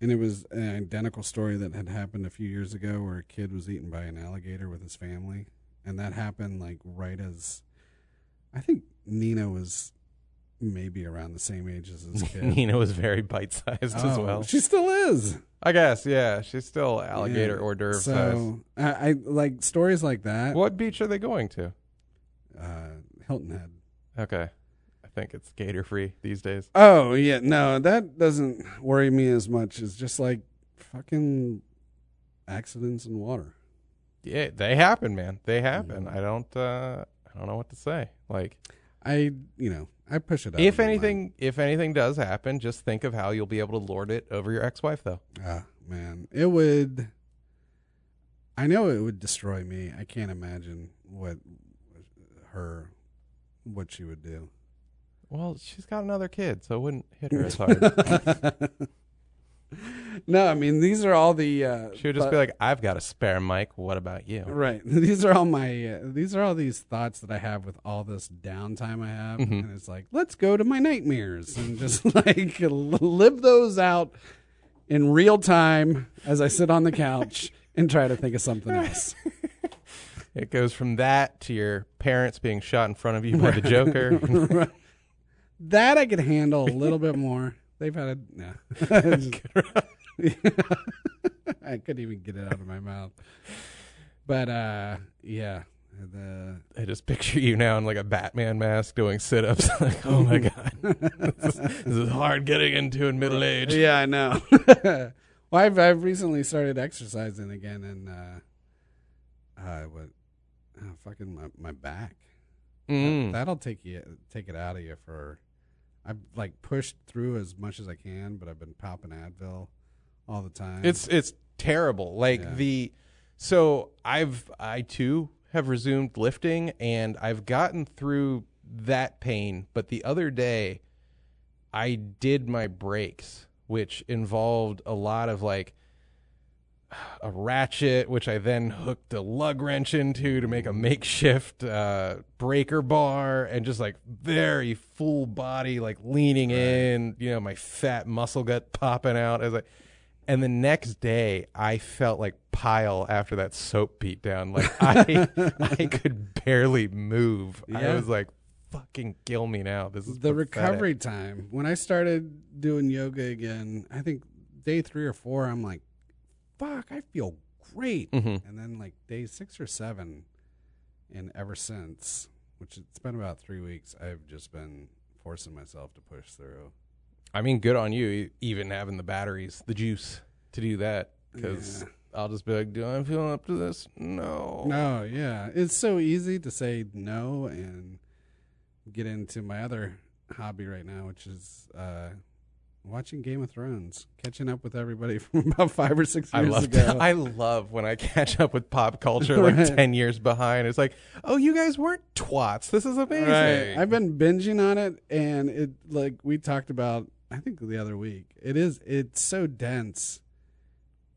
Speaker 2: and it was an identical story that had happened a few years ago, where a kid was eaten by an alligator with his family, and that happened like right as, I think Nina was. Maybe around the same age
Speaker 1: *laughs*
Speaker 2: as his kid.
Speaker 1: Nina was very bite sized as
Speaker 2: Oh,
Speaker 1: well.
Speaker 2: She still is.
Speaker 1: I guess, yeah. She's still alligator
Speaker 2: Yeah.
Speaker 1: hors d'oeuvre size.
Speaker 2: So I, I like stories like that.
Speaker 1: What beach are they going to?
Speaker 2: Uh, Hilton Head.
Speaker 1: Okay. I think it's gator free these days.
Speaker 2: Oh yeah, no, that doesn't worry me as much. It's just like fucking accidents in water.
Speaker 1: Yeah, they happen, man. They happen.
Speaker 2: Mm.
Speaker 1: I don't uh I don't know what to say. Like
Speaker 2: I you know I push it. Out
Speaker 1: if
Speaker 2: of my mind.
Speaker 1: anything if anything does happen, just think of how you'll be able to lord it over your ex wife though.
Speaker 2: ah man, it would. I know it would destroy me. I can't imagine what her, what she would do.
Speaker 1: Well, she's got another kid, so it wouldn't hit her as
Speaker 2: *laughs*
Speaker 1: hard.
Speaker 2: No, I mean these are all the. Uh,
Speaker 1: she would just be like, "I've got a spare mic. What about you?"
Speaker 2: Right. *laughs* These are all my uh, these are all these thoughts that I have with all this downtime I have, and it's like let's go to my nightmares and just *laughs* like live those out in real time as I sit on the couch and try to think of something else.
Speaker 1: It goes from that to your parents being shot in front of you by
Speaker 2: *laughs*
Speaker 1: the Joker. *laughs*
Speaker 2: that I could handle a little bit more. They've had a no. *laughs* I couldn't even get it out of my mouth. But uh yeah, the *laughs*
Speaker 1: I just picture you now in like a Batman mask doing sit ups. *laughs* like, oh
Speaker 2: *laughs*
Speaker 1: my God. *laughs* this, is, this is hard getting into in middle age.
Speaker 2: Yeah,
Speaker 1: *laughs*
Speaker 2: I know. well, I've I've recently started exercising again, and uh, uh what? Oh, fucking my my back.
Speaker 1: Mm.
Speaker 2: That'll take you take it out of you for. I've like pushed through as much as I can, but I've been popping Advil all the time.
Speaker 1: It's it's terrible. Like
Speaker 2: Yeah.
Speaker 1: the so I've I too have resumed lifting and I've gotten through that pain, but the other day I did my breaks, which involved a lot of like a ratchet, which I then hooked a lug wrench into to make a makeshift uh, breaker bar, and just like very full body, like leaning in, you know, my fat muscle gut popping out. I was like, and the next day, I felt like pile after that soap beat down. Like
Speaker 2: *laughs*
Speaker 1: I, I could barely move. I
Speaker 2: Yeah.
Speaker 1: was like, "Fucking kill me now." This is
Speaker 2: the
Speaker 1: pathetic.
Speaker 2: recovery time. When I started doing yoga again, I think day three or four, I'm like, fuck, I feel great.
Speaker 1: Mhm.
Speaker 2: And then like day six or seven, and ever since, which it's been about three weeks, I've just been forcing myself to push through.
Speaker 1: I mean, good on you, e- even having the batteries, the juice to do that. Because I'll just be like, do I feel up to this? No.
Speaker 2: No, yeah. It's so easy to say no and get into my other hobby right now, which is uh, watching Game of Thrones, catching up with everybody *laughs* from about five or six
Speaker 1: I
Speaker 2: years
Speaker 1: love.
Speaker 2: ago.
Speaker 1: *laughs* I love when I catch up with pop culture like
Speaker 2: Right.
Speaker 1: ten years behind. It's like, oh, you guys weren't twats. This is amazing.
Speaker 2: I've been binging on it, and it like we talked about. I think the other week. It is. It's so dense.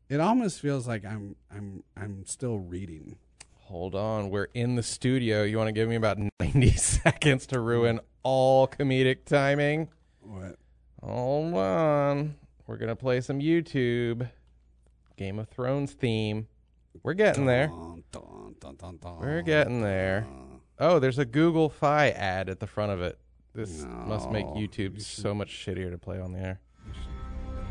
Speaker 2: It almost feels like I'm. I'm. I'm still reading.
Speaker 1: Hold on, we're in the studio. You want to give me about ninety *laughs* seconds to ruin all comedic timing?
Speaker 2: What?
Speaker 1: Hold on. We're gonna play some YouTube Game of Thrones theme. We're getting there.
Speaker 2: Dun, dun, dun, dun, dun.
Speaker 1: We're getting there.
Speaker 2: Uh,
Speaker 1: Oh, there's a Google Fi ad at the front of it. This must make
Speaker 2: No,
Speaker 1: YouTube so much shittier to play on the air.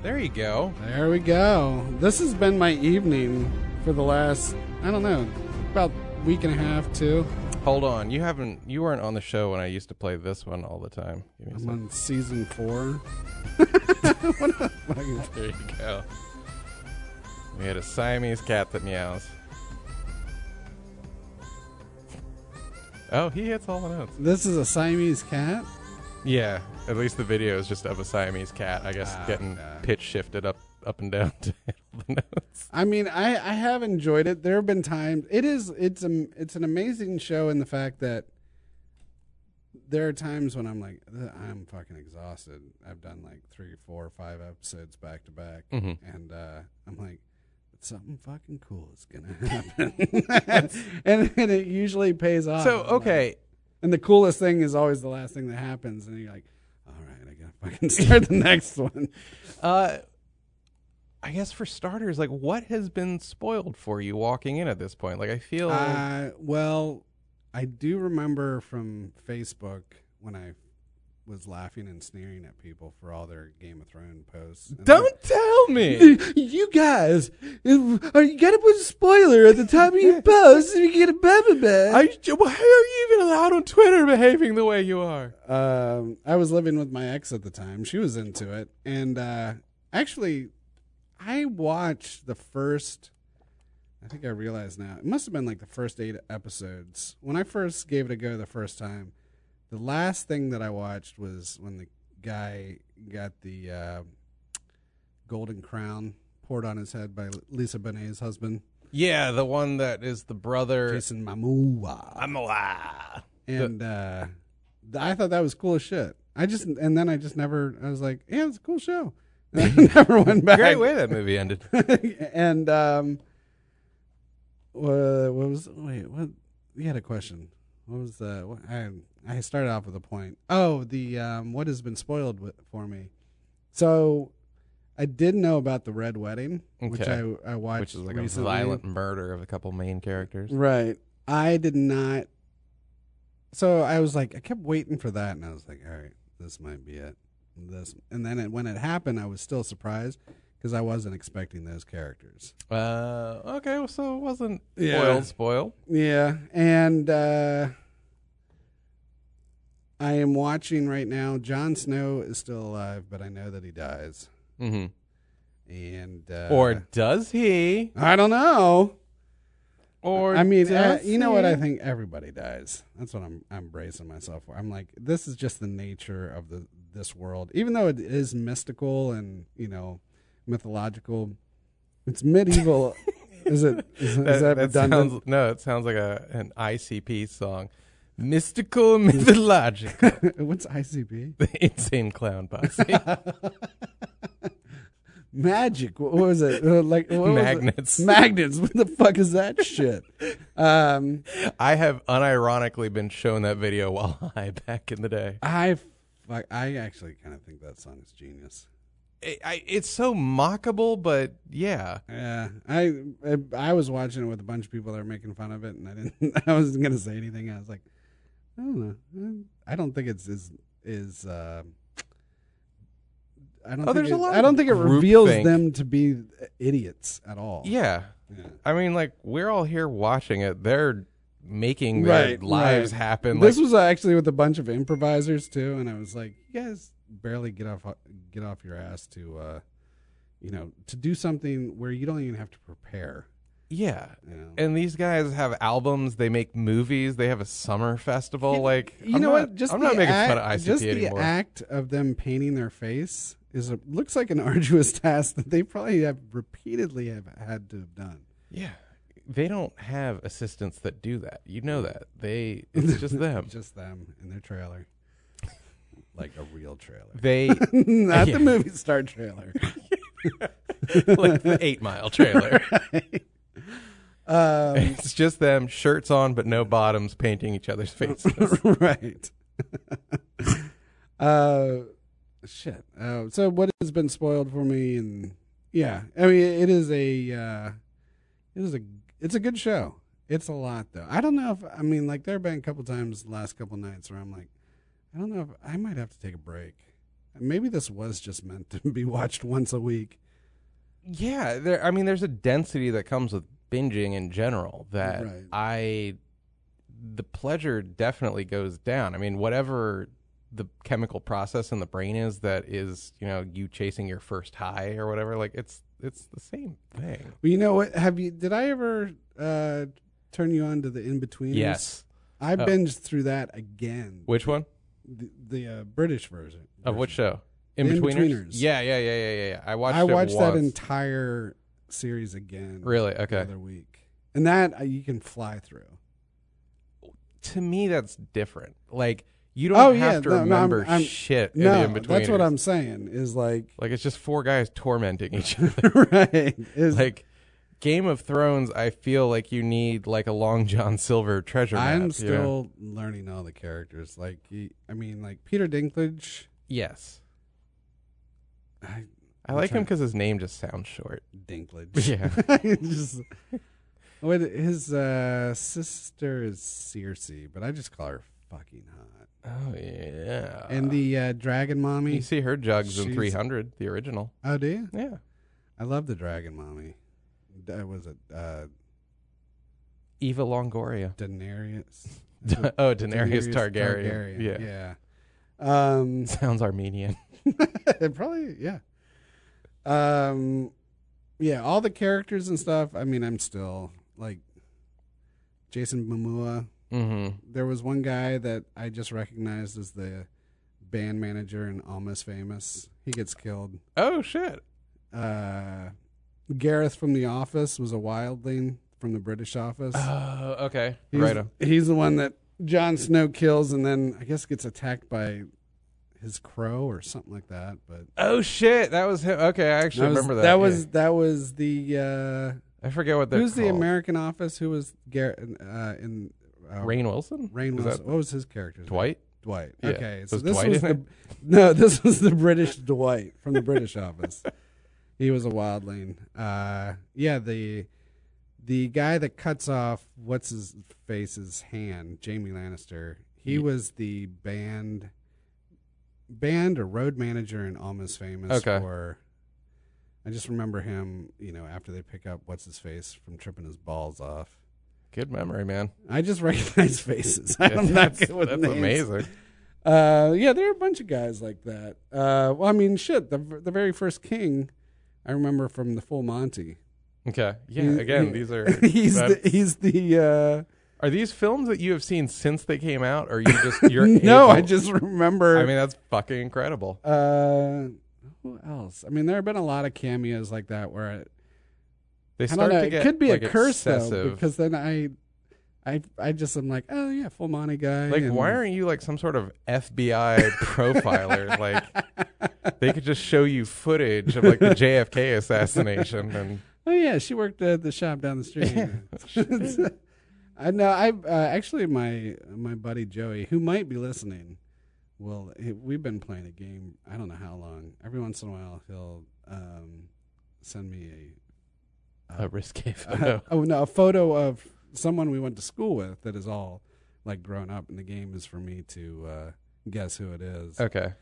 Speaker 1: There you go.
Speaker 2: There we go. This has been my evening for the last. I don't know, about week and a half, two.
Speaker 1: Hold on. You haven't you weren't on the show when I used to play this one all the time. Give me a
Speaker 2: I'm
Speaker 1: sec.
Speaker 2: on season four. *laughs*
Speaker 1: There you go. We had a Siamese cat that meows. Oh, he hits all the notes.
Speaker 2: This is a Siamese cat.
Speaker 1: Yeah, at least the video is just of a Siamese cat, I guess,
Speaker 2: Ah,
Speaker 1: getting
Speaker 2: okay.
Speaker 1: pitch shifted up up and down *laughs* to hit all the notes.
Speaker 2: I mean, I, I have enjoyed it. There have been times it is it's a it's an amazing show in the fact that there are times when I'm like "Ugh, I'm fucking exhausted. I've done like three, four, five episodes back to back,
Speaker 1: Mhm.
Speaker 2: and uh, I'm like something fucking cool is gonna *laughs* happen, and, and it usually pays off.
Speaker 1: So,
Speaker 2: I'm like-
Speaker 1: okay,
Speaker 2: and the coolest thing is always the last thing that happens, and you're like, all right, I gotta fucking *laughs* start the next one.
Speaker 1: Uh, I guess for starters, like what has been spoiled for you walking in at this point? Like I feel
Speaker 2: Uh, well, I do remember from Facebook when I was laughing and sneering at people for all their Game of Thrones posts. And
Speaker 1: Don't tell me. *laughs*
Speaker 2: *laughs* you guys, are you gotta put a spoiler at the time of *laughs* your post if you get a bubble
Speaker 1: I well, how are you even allowed on Twitter behaving the way you are?
Speaker 2: um, I was living with my ex at the time. She was into it, and uh, actually, I watched the first. I think I realize now. It must have been like the first eight episodes. When I first gave it a go the first time, the last thing that I watched was when the guy got the uh, golden crown poured on his head by Lisa Bonet's husband,
Speaker 1: Yeah, the one that is the brother.
Speaker 2: Jason Momoa.
Speaker 1: Er, I'm alive.
Speaker 2: and uh, th- I thought that was cool as shit. I just and then I just never. I was like, yeah, it's a cool show. *laughs* And I never went
Speaker 1: *laughs*
Speaker 2: back.
Speaker 1: Great way that movie ended. *laughs*
Speaker 2: *laughs* and um, wha- what was wait? What you had a question? What was the? What, I I started off with a point. Oh, the um, what has been spoiled with, for me. So I did know about the Red Wedding, which I
Speaker 1: Okay.
Speaker 2: I watched
Speaker 1: which is like
Speaker 2: recently.
Speaker 1: a violent murder of a couple main characters.
Speaker 2: Right. I did not. So I was like, I kept waiting for that, and I was like, all right, this might be it. This, and then it, when it happened, I was still surprised because I wasn't expecting those characters.
Speaker 1: Uh, okay, well, so it wasn't
Speaker 2: Yeah.
Speaker 1: spoiled. Spoiled.
Speaker 2: Yeah, and uh, I am watching right now. Jon Snow is still alive, but I know that he dies.
Speaker 1: hmm
Speaker 2: And uh,
Speaker 1: or does he?
Speaker 2: I don't know.
Speaker 1: Or
Speaker 2: I mean, uh,
Speaker 1: does
Speaker 2: you know what?
Speaker 1: he?
Speaker 2: I think everybody dies. That's what I'm I'm bracing myself for. I'm like, this is just the nature of the this world. Even though it is mystical and you know mythological, it's *laughs* medieval. is it? Is, is that, redundant?
Speaker 1: sounds no. It sounds like a an ICP song, mystical *laughs* mythological. *laughs*
Speaker 2: *laughs* What's ICP?
Speaker 1: the insane clown posse,
Speaker 2: *laughs* Magic. What was it? Uh, like what was it?
Speaker 1: magnets.
Speaker 2: *laughs* Magnets. What the fuck is that *laughs* shit? Um,
Speaker 1: I have unironically been shown that video while *laughs* high back in the day.
Speaker 2: I fuck, I actually kind of think that song is genius.
Speaker 1: I, I, it's so mockable, but yeah.
Speaker 2: Yeah, I, I I was watching it with a bunch of people that were making fun of it, and I didn't. *laughs* I wasn't gonna say anything. I was like, I don't know. I don't think it's is is. Uh, I don't.
Speaker 1: Oh,
Speaker 2: think
Speaker 1: there's a
Speaker 2: it-
Speaker 1: lot
Speaker 2: I don't
Speaker 1: of
Speaker 2: think it
Speaker 1: groupthink.
Speaker 2: reveals them to be idiots at all.
Speaker 1: Yeah.
Speaker 2: Yeah.
Speaker 1: I mean, like, we're all here watching it. They're making their
Speaker 2: Right,
Speaker 1: lives
Speaker 2: right.
Speaker 1: happen.
Speaker 2: this
Speaker 1: like,
Speaker 2: was actually with a bunch of improvisers too, and I was like, you guys barely get off get off your ass to, uh, you know, to do something where you don't even have to prepare.
Speaker 1: yeah.
Speaker 2: You know,
Speaker 1: And these guys have albums. They make movies. They have a summer festival. Like,
Speaker 2: you
Speaker 1: I'm
Speaker 2: know
Speaker 1: not,
Speaker 2: what? Just
Speaker 1: I'm
Speaker 2: the
Speaker 1: not making
Speaker 2: act,
Speaker 1: fun of ICP
Speaker 2: just
Speaker 1: anymore.
Speaker 2: the act of them painting their face is a, looks like an *laughs* arduous task that they probably have repeatedly have had to have done.
Speaker 1: Yeah. They don't have assistants that do that. You know that.
Speaker 2: *laughs*
Speaker 1: They it's just them.
Speaker 2: just them in their trailer, *laughs* like a real trailer,
Speaker 1: They
Speaker 2: *laughs*
Speaker 1: *laughs*
Speaker 2: not
Speaker 1: Yeah.
Speaker 2: the movie star trailer.
Speaker 1: like the 8 mile
Speaker 2: *laughs*
Speaker 1: trailer.
Speaker 2: Um,
Speaker 1: It's just them shirts on but no bottoms painting each other's
Speaker 2: *laughs*
Speaker 1: faces.
Speaker 2: right. *laughs* uh, shit. Uh, so what has been spoiled for me, and yeah, I mean it is a, uh, it is a, it's a good show. It's a lot though. I don't know if I mean like there have been a couple times the last couple nights where I'm like, I don't know if I might have to take a break. Maybe this was just meant to be watched once a week.
Speaker 1: yeah, there I mean there's a density that comes with binging in general that
Speaker 2: Right.
Speaker 1: I the pleasure definitely goes down. I mean whatever the chemical process in the brain is that is, you know, you chasing your first high or whatever, like it's it's the same thing.
Speaker 2: Well, you know what? Have you? Did I ever uh, turn you on to the in between?
Speaker 1: Yes.
Speaker 2: I binged through that again
Speaker 1: Which one?
Speaker 2: the, the uh, British version.
Speaker 1: Of what show?
Speaker 2: The
Speaker 1: Inbetweeners?
Speaker 2: Inbetweeners.
Speaker 1: Yeah, yeah, yeah, yeah, yeah, yeah. I watched.
Speaker 2: I watched
Speaker 1: it
Speaker 2: that
Speaker 1: once.
Speaker 2: entire series again.
Speaker 1: really
Speaker 2: the
Speaker 1: okay.
Speaker 2: other week, and that uh, you can fly through.
Speaker 1: To me, that's different. Like you don't
Speaker 2: Oh,
Speaker 1: have
Speaker 2: yeah,
Speaker 1: to
Speaker 2: no, no,
Speaker 1: remember
Speaker 2: I'm- I'm-
Speaker 1: shit
Speaker 2: no,
Speaker 1: in the Inbetweeners.
Speaker 2: that's what I'm saying. Is like
Speaker 1: Like it's just four guys tormenting *laughs*
Speaker 2: *laughs*
Speaker 1: each other.
Speaker 2: right. Is
Speaker 1: like Game of Thrones, I feel like you need like a Long John Silver treasure map.
Speaker 2: I'm
Speaker 1: you know?
Speaker 2: still learning all the characters. Like he- I mean, like Peter Dinklage.
Speaker 1: yes.
Speaker 2: I,
Speaker 1: I
Speaker 2: I'm
Speaker 1: like him
Speaker 2: trying-
Speaker 1: because his name just sounds short.
Speaker 2: Dinklage.
Speaker 1: *laughs*
Speaker 2: *laughs*
Speaker 1: Yeah.
Speaker 2: Just- what his uh, sister is Circe, but I just call her fucking hot.
Speaker 1: Oh yeah.
Speaker 2: and the uh, dragon
Speaker 1: you
Speaker 2: mommy.
Speaker 1: see her jugs in
Speaker 2: she's-
Speaker 1: 300, the original.
Speaker 2: Oh, do you?
Speaker 1: Yeah.
Speaker 2: I love the dragon mommy. That was it uh,
Speaker 1: Eva Longoria.
Speaker 2: Daenerys.
Speaker 1: *laughs* oh, Daenerys, Targaryen. Yeah.
Speaker 2: Yeah. Yeah.
Speaker 1: *laughs*
Speaker 2: Um, *laughs*
Speaker 1: Sounds Armenian.
Speaker 2: it probably yeah. Um, yeah. All the characters and stuff. I mean, I'm still like Jason Momoa.
Speaker 1: Mm-hmm.
Speaker 2: There was one guy that I just recognized as the band manager in Almost Famous. He gets killed.
Speaker 1: Oh shit.
Speaker 2: Uh, Gareth from The Office was a wildling from the British Office. Uh,
Speaker 1: Oh, okay.
Speaker 2: He's,
Speaker 1: right. on.
Speaker 2: he's the one that Jon Snow kills and then I guess gets attacked by his crow or something like that. But
Speaker 1: Oh shit. That was him. Okay, I actually
Speaker 2: that was,
Speaker 1: remember that.
Speaker 2: That
Speaker 1: yeah.
Speaker 2: was that was the uh,
Speaker 1: I forget what they're
Speaker 2: who's the
Speaker 1: called.
Speaker 2: American Office? Who was Garrett uh, in uh,
Speaker 1: Oh. Rain Wilson.
Speaker 2: Rain
Speaker 1: Is
Speaker 2: Wilson?
Speaker 1: that
Speaker 2: What was his character's name?
Speaker 1: Dwight.
Speaker 2: Dwight.
Speaker 1: Yeah.
Speaker 2: Okay, so
Speaker 1: Was
Speaker 2: this *laughs*
Speaker 1: Dwight
Speaker 2: was
Speaker 1: in
Speaker 2: the no, this was the British Dwight from the British Office. He was a wildling. Uh, yeah, the the guy that cuts off what's his face's hand, Jamie Lannister. He
Speaker 1: Ye-
Speaker 2: was the band band or road manager in Almost Famous.
Speaker 1: Okay.
Speaker 2: Or I just remember him. You know, after they pick up what's his face from tripping his balls off.
Speaker 1: Good memory,
Speaker 2: *laughs*
Speaker 1: man.
Speaker 2: I just recognize faces. I'm not
Speaker 1: that's
Speaker 2: good with
Speaker 1: that's
Speaker 2: names.
Speaker 1: amazing.
Speaker 2: Uh, yeah, there are a bunch of guys like that. Uh, well, I mean, shit, the the very first king, I remember from the Full Monty.
Speaker 1: Okay. Yeah.
Speaker 2: He-
Speaker 1: again,
Speaker 2: he-
Speaker 1: these
Speaker 2: *laughs*
Speaker 1: are
Speaker 2: he's
Speaker 1: that-
Speaker 2: the, he's the uh,
Speaker 1: are these films that you have seen since they came out, or you
Speaker 2: *laughs*
Speaker 1: just you're
Speaker 2: no.
Speaker 1: able-
Speaker 2: I just remember.
Speaker 1: I mean, that's fucking incredible.
Speaker 2: uh, who else? I mean, there have been a lot of cameos like that where it,
Speaker 1: They
Speaker 2: I
Speaker 1: start
Speaker 2: don't know.
Speaker 1: to get
Speaker 2: It could be
Speaker 1: like,
Speaker 2: a curse
Speaker 1: excessive.
Speaker 2: though, because then I, I, I just am like, oh yeah, Full Monty guy.
Speaker 1: like,
Speaker 2: and-
Speaker 1: why aren't you like some sort of FBI profiler? like, they could just show you footage of like the JFK assassination and
Speaker 2: Oh yeah, she worked at the shop down the street. *laughs* I know. I uh, actually my my buddy Joey, who might be listening, will he- we've been playing a game. I don't know how long. Every once in a while, he'll um, send me
Speaker 1: a risque
Speaker 2: a *laughs* oh no a photo of someone we went to school with that is all like grown up, and the game is for me to uh, guess who it
Speaker 1: *laughs*
Speaker 2: is.
Speaker 1: okay.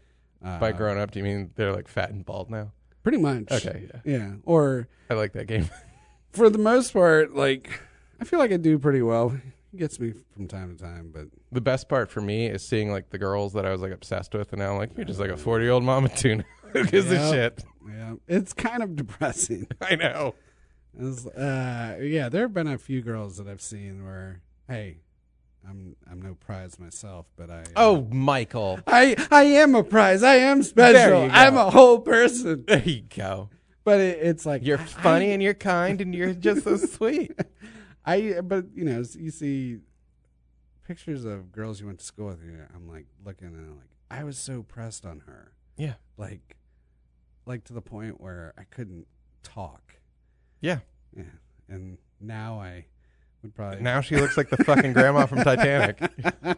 Speaker 2: Uh,
Speaker 1: By grown up, do you mean they're like fat and bald now?
Speaker 2: pretty much.
Speaker 1: Okay. Yeah.
Speaker 2: Yeah. Or
Speaker 1: I like that game. *laughs*
Speaker 2: for the most part, like I feel like I do pretty well. It gets me from time to time, but
Speaker 1: The best part for me is seeing like the girls that I was like obsessed with, and now I'm like, you're just like a 40 year old mama tuna. *laughs* Who gives
Speaker 2: Yeah.
Speaker 1: a shit?
Speaker 2: yeah, it's kind of *laughs* depressing.
Speaker 1: I know.
Speaker 2: It's, uh, yeah, there have been a few girls that I've seen where, hey, I'm I'm no prize myself, but I uh,
Speaker 1: Oh, Michael.
Speaker 2: I I am a prize. I am special.
Speaker 1: you go.
Speaker 2: I'm a whole person.
Speaker 1: There you go.
Speaker 2: But it, it's like
Speaker 1: You're funny and you're kind and you're just so sweet.
Speaker 2: *laughs* I but you know you see pictures of girls you went to school with. And you're- I'm like looking and I'm like I was so pressed on her.
Speaker 1: Yeah.
Speaker 2: like like to the point where I couldn't talk.
Speaker 1: Yeah.
Speaker 2: Yeah. And now I would probably
Speaker 1: Now she looks like the fucking grandma from Titanic.
Speaker 2: *laughs*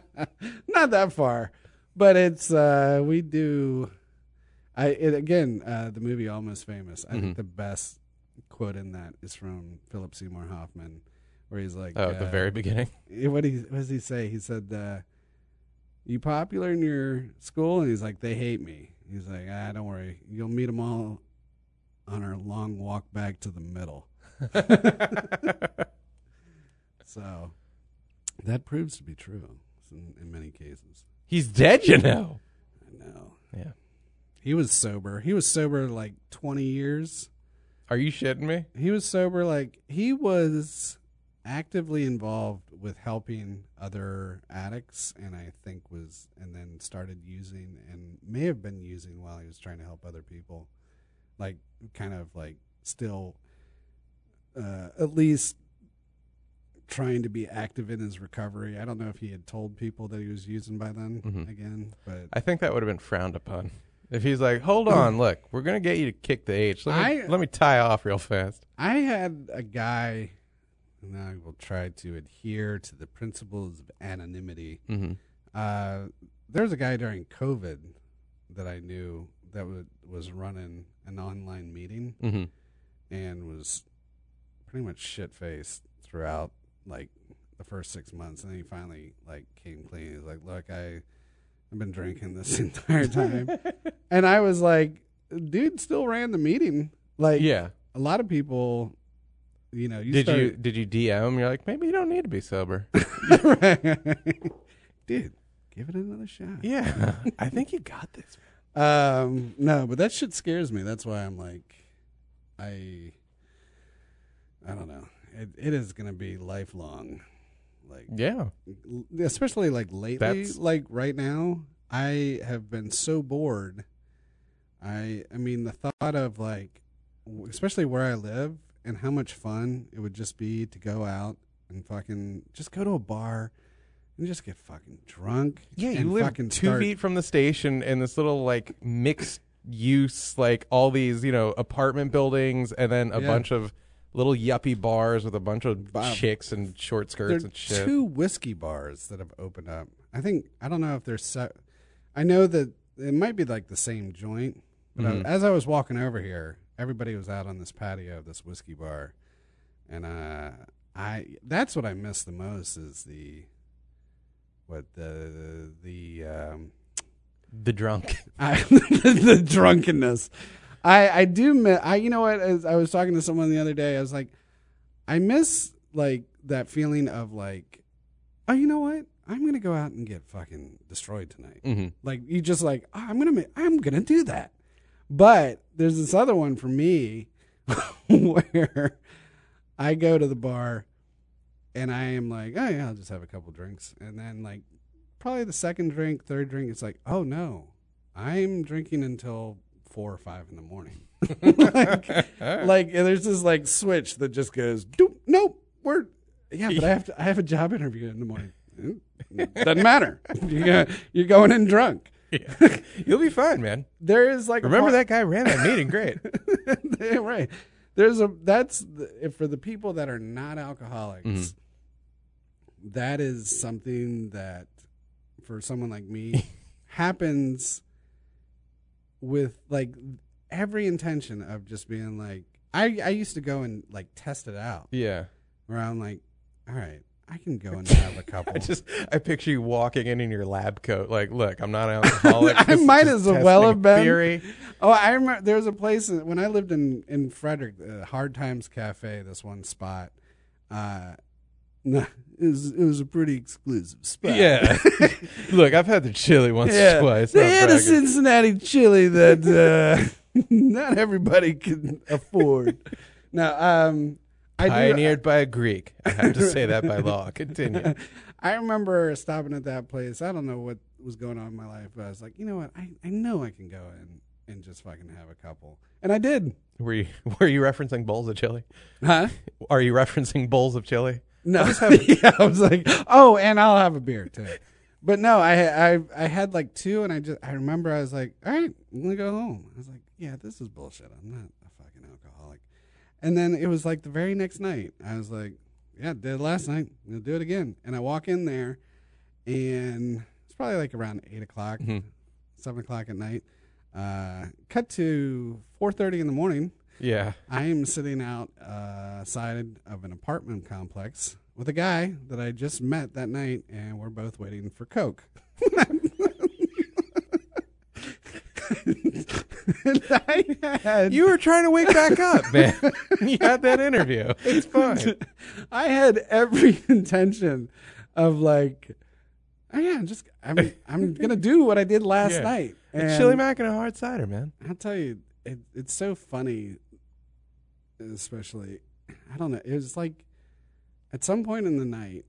Speaker 2: not that far. But it's uh we do I it, again, uh the movie Almost Famous. I
Speaker 1: Mm-hmm.
Speaker 2: think the best quote in that is from Philip Seymour Hoffman where he's like
Speaker 1: Oh, at the
Speaker 2: uh,
Speaker 1: very beginning. *laughs*
Speaker 2: Yeah, what he what does he say? He said, uh, "You popular in your school?" And he's like, "They hate me." He's like, "Ah, don't worry, you'll meet them all on our long walk back to the middle." so that proves to be true in, in many cases.
Speaker 1: He's dead, you know.
Speaker 2: I know.
Speaker 1: Yeah.
Speaker 2: He was sober. He was sober like twenty years.
Speaker 1: Are you shitting me?
Speaker 2: He was sober like he was actively involved with helping other addicts and I think was and then started using and may have been using while he was trying to help other people. Like kind of like still uh at least trying to be active in his recovery. I don't know if he had told people that he was using by then
Speaker 1: Mhm.
Speaker 2: again, but
Speaker 1: I think that would have been frowned upon. If he's like, *clears throat* hold on, look, we're going to get you to kick the H. Let me,
Speaker 2: I-
Speaker 1: let me tie off real fast.
Speaker 2: I had a guy, and I will try to adhere to the principles of anonymity.
Speaker 1: Mm-hmm.
Speaker 2: Uh, there was a guy during COVID that I knew that would, was running an online meeting *laughs*
Speaker 1: Mm-hmm.
Speaker 2: and was pretty much shit faced throughout like the first six months, and then he finally like came clean. He's like, "Look, I I've been drinking this *laughs*
Speaker 1: *laughs*
Speaker 2: entire time," and I was like, "Dude, still ran the meeting." Like,
Speaker 1: Yeah.
Speaker 2: a lot of people, you know, you
Speaker 1: did
Speaker 2: start,
Speaker 1: you
Speaker 2: *laughs*
Speaker 1: did you DM? You're like, maybe you don't need to be sober.
Speaker 2: dude, give it another shot.
Speaker 1: yeah. *laughs* I think you got this.
Speaker 2: Um, no, but that shit scares me. That's why I'm like, I, I don't know. It, it is gonna be lifelong, like
Speaker 1: Yeah.
Speaker 2: l- especially like lately,
Speaker 1: That's-
Speaker 2: like right now. I have been so bored. I, I mean, the thought of like, w- especially where I live and how much fun it would just be to go out and fucking just go to a bar and just get fucking drunk.
Speaker 1: Yeah, you
Speaker 2: and
Speaker 1: live
Speaker 2: fucking
Speaker 1: two
Speaker 2: start-
Speaker 1: feet from the station in this little like mixed use, like all these you know apartment buildings, and then a
Speaker 2: Yeah.
Speaker 1: bunch of little yuppie bars with a bunch of
Speaker 2: Wow.
Speaker 1: chicks and short
Speaker 2: There
Speaker 1: skirts
Speaker 2: are
Speaker 1: and shit.
Speaker 2: two whiskey bars that have opened up. I think I don't know if they're so.
Speaker 1: Mm-hmm.
Speaker 2: I know that it might be like the same joint. But I- as I was walking over here, everybody was out on this patio of this whiskey bar, and uh, I that's what I miss the most is the what the the um,
Speaker 1: The *laughs* drunk.
Speaker 2: I, *laughs* the, the drunkenness. I I do miss. I you know what? As I was talking to someone the other day, I was like, I miss like that feeling of like, oh, you know what? I'm gonna go out and get fucking destroyed tonight.
Speaker 1: hmm
Speaker 2: Like you just like "Ah, I'm gonna ma- I'm gonna do that. But there's this other one for me *laughs* where I go to the bar and I am like, oh yeah, I'll just have a couple drinks, and then like probably the second drink, third drink, it's like, oh no, I'm drinking until four or five in the morning. *laughs* *laughs* like, like and there's this like switch that just goes, doop, nope, we're yeah, but I have to, I have a job interview in the morning. Mm, Doesn't matter. *laughs* You're, go- you're going in drunk.
Speaker 1: *laughs* You'll be fine, man.
Speaker 2: There is like a
Speaker 1: Remember that
Speaker 2: part-
Speaker 1: guy ran that meeting. Great.
Speaker 2: *laughs* Yeah, right. There's a that's the, if for the people that are not alcoholics.
Speaker 1: Mhm. Mm-hmm.
Speaker 2: that is something that for someone
Speaker 1: *laughs*
Speaker 2: like me happens with like every intention of just being like I I used to go and like test it out *laughs*
Speaker 1: Yeah.
Speaker 2: where I'm like, all right, I can go and
Speaker 1: *laughs*
Speaker 2: have a couple.
Speaker 1: I just I picture you walking in in your lab coat, like, look, I'm
Speaker 2: *laughs*
Speaker 1: not an alcoholic.
Speaker 2: I
Speaker 1: This is
Speaker 2: might
Speaker 1: just
Speaker 2: as well
Speaker 1: testing
Speaker 2: have been.
Speaker 1: Theory.
Speaker 2: Oh, I remember there was a place that- when I lived in in Frederick, uh, Hard Times Cafe. This one spot, uh, *laughs* it was it was a pretty exclusive spot. *laughs*
Speaker 1: Yeah. *laughs* look, I've had the chili once or twice.
Speaker 2: They
Speaker 1: Not
Speaker 2: had a
Speaker 1: bragging. *laughs*
Speaker 2: Cincinnati chili that uh, *laughs* not everybody can
Speaker 1: *laughs*
Speaker 2: afford. now, um, I do- *laughs*
Speaker 1: Pioneered by a Greek. I have to say that by law. Continue.
Speaker 2: I remember stopping at that place. I don't know what was going on in my life, but I was like, you know what? I, I know I can go in and just fucking have a couple. And I did.
Speaker 1: Were you were you referencing bowls of chili?
Speaker 2: Huh?
Speaker 1: Are you referencing bowls of chili?
Speaker 2: No. *laughs* yeah, I was like, oh, and I'll have a beer too. But no, I I I had like two, and I just I remember I was like, all right, I'm gonna go home. I was like, yeah, this is bullshit. I'm not a fucking alcoholic. And then it was like the very next night, I was like, yeah, did it last night. I'm gonna do it again. And I walk in there, and it's probably like around eight o'clock, seven o'clock at night. Uh, cut to four thirty in the morning.
Speaker 1: Yeah.
Speaker 2: I am sitting out uh, side of an apartment complex with a guy that I just met that night, and we're both waiting for Coke. *laughs* And I had,
Speaker 1: You were trying to wake back
Speaker 2: *laughs*
Speaker 1: up, man. you had that interview. It's fine.
Speaker 2: I had every *laughs* intention of like, oh yeah, I'm just I'm I'm gonna do what I did last
Speaker 1: Yeah.
Speaker 2: night.
Speaker 1: *laughs* It's chili mac and a hard cider, man.
Speaker 2: I'll tell you, it, it's so funny, especially. I don't know. It was like at some point in the night,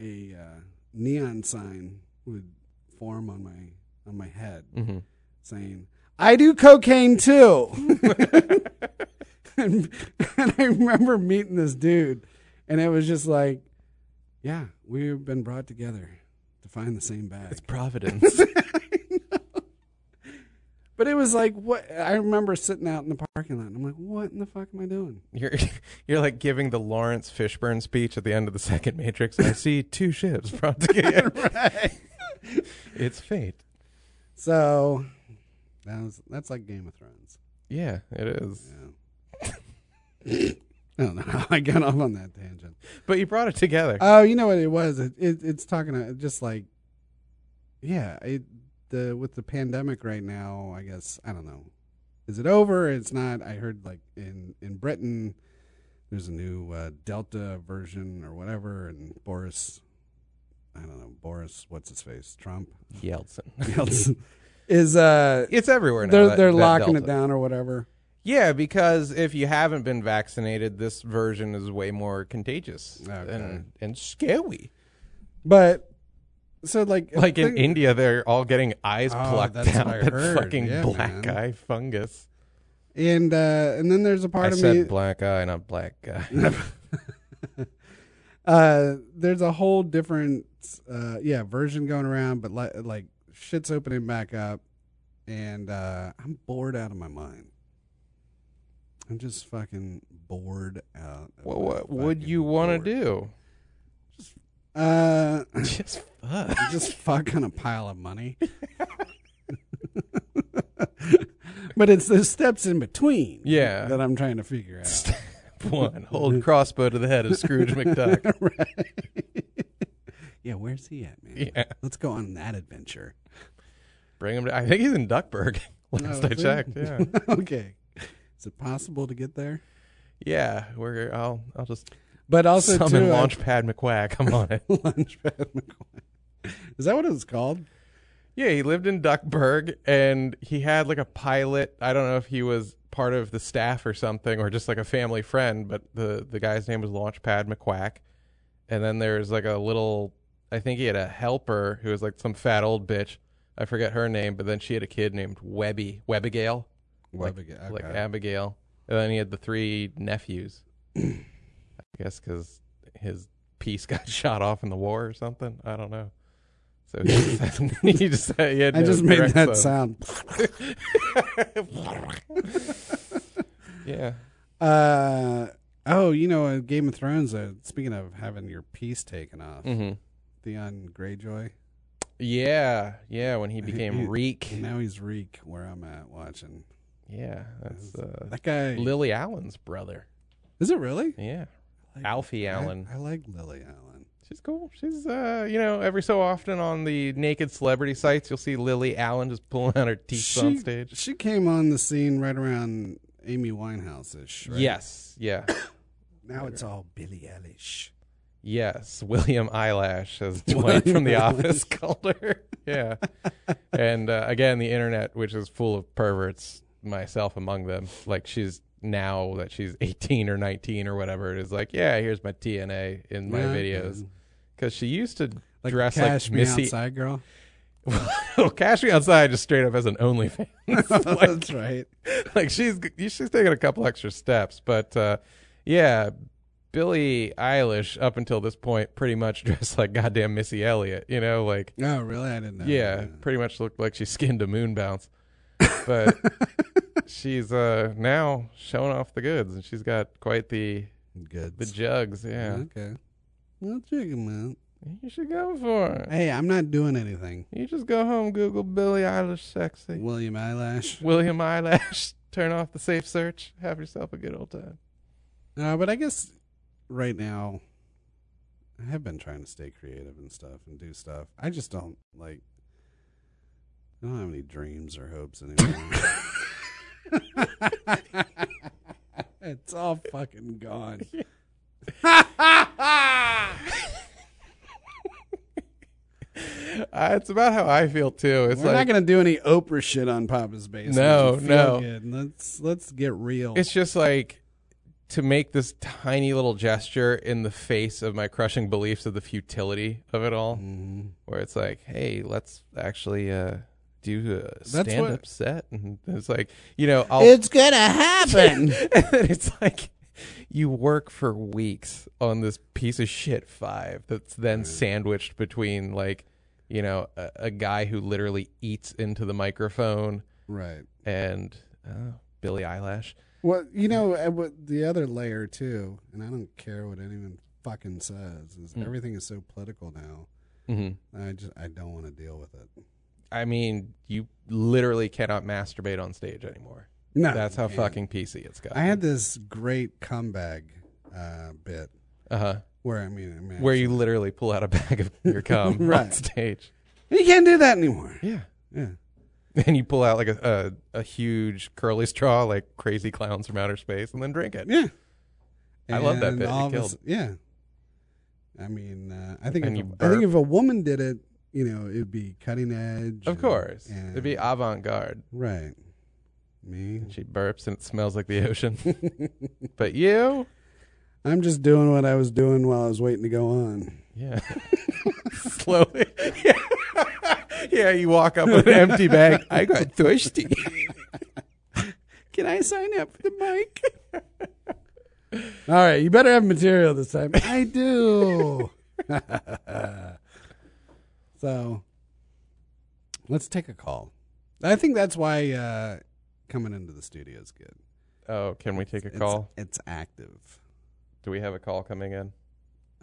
Speaker 2: a uh, neon sign would form on my on my head
Speaker 1: hmm
Speaker 2: saying, "I do cocaine too." *laughs* and, and I remember meeting this dude, and it was just like, "Yeah, we've been brought together to find the same bag."
Speaker 1: It's
Speaker 2: *laughs*
Speaker 1: Providence.
Speaker 2: But it was like what I remember sitting out in the parking lot and I'm like, what in the fuck am I doing?
Speaker 1: You're you're like giving the Lawrence Fishburne speech at the end of the second Matrix. I see two ships brought
Speaker 2: *laughs*
Speaker 1: together. It's fate.
Speaker 2: So that was that's like Game of Thrones.
Speaker 1: Yeah, it is.
Speaker 2: Yeah. *laughs* I don't know how I got off on that tangent.
Speaker 1: But you brought it together.
Speaker 2: Oh, you know what it was? It, it it's talking uh, just like yeah, it the with the pandemic right now, I guess I don't know. Is it over? It's not. I heard like in in Britain there's a new uh, Delta version or whatever and Boris I don't know, Boris, what's his face? Trump. *laughs*
Speaker 1: Yeltsin.
Speaker 2: Yeltsin is uh
Speaker 1: It's everywhere now.
Speaker 2: they're
Speaker 1: that-
Speaker 2: they're
Speaker 1: that
Speaker 2: locking
Speaker 1: Delta.
Speaker 2: it down or whatever.
Speaker 1: Yeah, because if you haven't been vaccinated, this version is way more contagious
Speaker 2: Okay.
Speaker 1: and and scary.
Speaker 2: But so like if
Speaker 1: Like in
Speaker 2: thing-
Speaker 1: India, they're all getting eyes
Speaker 2: Oh,
Speaker 1: plucked
Speaker 2: that's
Speaker 1: out.
Speaker 2: what I
Speaker 1: that
Speaker 2: heard.
Speaker 1: fucking
Speaker 2: Yeah,
Speaker 1: black
Speaker 2: man.
Speaker 1: eye fungus.
Speaker 2: and uh and then there's a part
Speaker 1: I
Speaker 2: of
Speaker 1: said
Speaker 2: me
Speaker 1: black eye, not black
Speaker 2: *laughs*
Speaker 1: guy.
Speaker 2: uh there's a whole different uh yeah version going around but li- like shit's opening back up and uh i'm bored out of my mind i'm just fucking bored out of
Speaker 1: what
Speaker 2: my
Speaker 1: what would
Speaker 2: fucking
Speaker 1: you want
Speaker 2: bored.
Speaker 1: to do? *laughs*
Speaker 2: uh *laughs*
Speaker 1: Just fuck.
Speaker 2: just fuck on a pile of money *laughs* But it's the steps in between.
Speaker 1: Yeah.
Speaker 2: That I'm trying to figure out.
Speaker 1: One, hold crossbow to the head of
Speaker 2: *laughs*
Speaker 1: Scrooge McDuck.
Speaker 2: yeah, where's he at, man?
Speaker 1: Yeah.
Speaker 2: Let's go on that adventure.
Speaker 1: Bring him to, I think he's in Duckburg, *laughs* last
Speaker 2: Oh,
Speaker 1: I
Speaker 2: is he?
Speaker 1: checked. Yeah.
Speaker 2: *laughs* okay. Is it possible to get there?
Speaker 1: yeah. We're, I'll, I'll just
Speaker 2: But also
Speaker 1: summon
Speaker 2: too, uh, I-
Speaker 1: Launchpad McQuack. I'm on it.
Speaker 2: *laughs* Launchpad McQuack. Is that what it was called?
Speaker 1: Yeah, he lived in Duckburg and he had like a pilot. I don't know if he was part of the staff or something or just like a family friend, but the, the guy's name was Launchpad McQuack. And then there's like a little, I think he had a helper who was like some fat old bitch. I forget her name, but then she had a kid named Webby, Webbigail, Like-
Speaker 2: Webbiga-
Speaker 1: like
Speaker 2: okay.
Speaker 1: Abigail. And then he had the three
Speaker 2: *clears throat*
Speaker 1: nephews. I guess because his piece *laughs* got shot off in the war or something. I don't know. So he just,
Speaker 2: *laughs*
Speaker 1: *laughs* he just he had
Speaker 2: I
Speaker 1: no
Speaker 2: just made that
Speaker 1: grandson.
Speaker 2: sound. *laughs*
Speaker 1: *laughs* Yeah.
Speaker 2: Uh, oh, you know, in Game of Thrones. Uh, speaking of having your piece taken off,
Speaker 1: Mm-hmm.
Speaker 2: Theon Greyjoy.
Speaker 1: Yeah. Yeah. When he became
Speaker 2: he-
Speaker 1: Reek.
Speaker 2: And now he's Reek, where I'm at watching.
Speaker 1: Yeah. That's uh,
Speaker 2: That guy.
Speaker 1: Lily Allen's brother.
Speaker 2: is it really?
Speaker 1: Yeah.
Speaker 2: I like-
Speaker 1: Alfie
Speaker 2: I-
Speaker 1: Allen.
Speaker 2: I, like Lily Allen.
Speaker 1: She's cool. She's, uh, you know, every so often on the naked celebrity sites, you'll see Lily Allen just pulling out her teeth on stage.
Speaker 2: she came on the scene right around Amy Winehouse ish. Right?
Speaker 1: Yes. Yeah.
Speaker 2: Now it's all Billie Eilish.
Speaker 1: Yes, *laughs* William Eyelash, as Dwight from The Office *laughs* called her. Yeah. and uh, again, the internet, which is full of perverts, myself among them. Like, she's now that she's 18 or 19 or whatever, it is like, yeah, here's my TNA in my
Speaker 2: Yeah,
Speaker 1: videos.
Speaker 2: yeah.
Speaker 1: Because she used to
Speaker 2: Like
Speaker 1: dress
Speaker 2: Cash
Speaker 1: like
Speaker 2: Me
Speaker 1: Missy. *laughs*
Speaker 2: Outside Girl. *laughs*
Speaker 1: well, Cash Me Outside just straight up as an OnlyFans. *laughs*
Speaker 2: *laughs*
Speaker 1: like,
Speaker 2: That's right.
Speaker 1: like she's she's taking a couple extra steps, but uh, yeah, Billie Eilish up until this point pretty much *laughs* dressed like goddamn Missy Elliott, you know, like
Speaker 2: Oh, really? I didn't know.
Speaker 1: yeah, pretty much looked like she skinned a moon bounce,
Speaker 2: *laughs*
Speaker 1: but *laughs* she's uh now showing off the goods, and she's got quite the
Speaker 2: Good.
Speaker 1: the jugs, yeah.
Speaker 2: Okay. Well, check 'em out.
Speaker 1: You should go for it.
Speaker 2: Hey, I'm not doing anything.
Speaker 1: You just go home, Google Billie Eilish sexy,
Speaker 2: William Eyelash.
Speaker 1: William Eyelash. *laughs* Turn off the safe search. Have yourself a good old time.
Speaker 2: No, Uh, but I guess right now I have been trying to stay creative and stuff and do stuff. I just don't like I don't have any dreams or hopes anymore. *laughs* it's all
Speaker 1: *laughs*
Speaker 2: fucking gone.
Speaker 1: Uh, it's about how I feel too. It's
Speaker 2: We're
Speaker 1: like
Speaker 2: not gonna do any Oprah shit on Papa's basement.
Speaker 1: No,
Speaker 2: Feel
Speaker 1: no.
Speaker 2: good. Let's let's get real.
Speaker 1: it's just like to make this tiny little gesture in the face of my crushing beliefs of the futility of it all,
Speaker 2: Mhm.
Speaker 1: where it's like, hey, let's actually uh, do a
Speaker 2: what-
Speaker 1: stand up set, and it's like, you know, I'll
Speaker 2: It's gonna happen.
Speaker 1: *laughs* and it's like you work for weeks on this piece of shit five that's then sandwiched between like you know a, a guy who literally eats into the microphone
Speaker 2: *laughs* right.
Speaker 1: and uh, billy eyelash
Speaker 2: Well, you know, uh, what the other layer too, and I don't care what anyone fucking says,
Speaker 1: Hmm.
Speaker 2: is everything is so political now. I just I don't want to deal with it.
Speaker 1: i mean you literally cannot masturbate on stage anymore
Speaker 2: No,
Speaker 1: that's how
Speaker 2: man.
Speaker 1: fucking pc it's got
Speaker 2: I had this great comeback uh, bit
Speaker 1: uh-huh
Speaker 2: where I mean, I mean
Speaker 1: where you literally pull out a bag
Speaker 2: *laughs*
Speaker 1: of your cum on
Speaker 2: Right.
Speaker 1: stage
Speaker 2: you can't do that anymore.
Speaker 1: yeah
Speaker 2: Yeah,
Speaker 1: *laughs* and you pull out like a, a, a huge curly straw like crazy clowns from outer space and then drink it
Speaker 2: yeah.
Speaker 1: I love that
Speaker 2: And
Speaker 1: bit. It
Speaker 2: all of a
Speaker 1: killed.
Speaker 2: s- yeah. I mean, uh, I think
Speaker 1: And
Speaker 2: if,
Speaker 1: you
Speaker 2: a- I think if a woman did it, you know, it'd be cutting edge.
Speaker 1: Of
Speaker 2: and-
Speaker 1: course.
Speaker 2: and-
Speaker 1: It'd be avant garde.
Speaker 2: right. Me,
Speaker 1: She burps and it smells like the ocean.
Speaker 2: *laughs*
Speaker 1: but you?
Speaker 2: I'm just doing what I was doing while I was waiting to go on.
Speaker 1: Yeah. *laughs* Slowly. *laughs* Yeah. yeah, you walk up with an empty bag. I got thirsty.
Speaker 2: Can I sign up for the mic? *laughs* All right, you better have material this time. *laughs* I *laughs* do. so let's take a call. I think that's why uh, coming into the studio is good.
Speaker 1: Oh, can we take a
Speaker 2: It's-
Speaker 1: call?
Speaker 2: It's, active.
Speaker 1: Do we have a call coming in?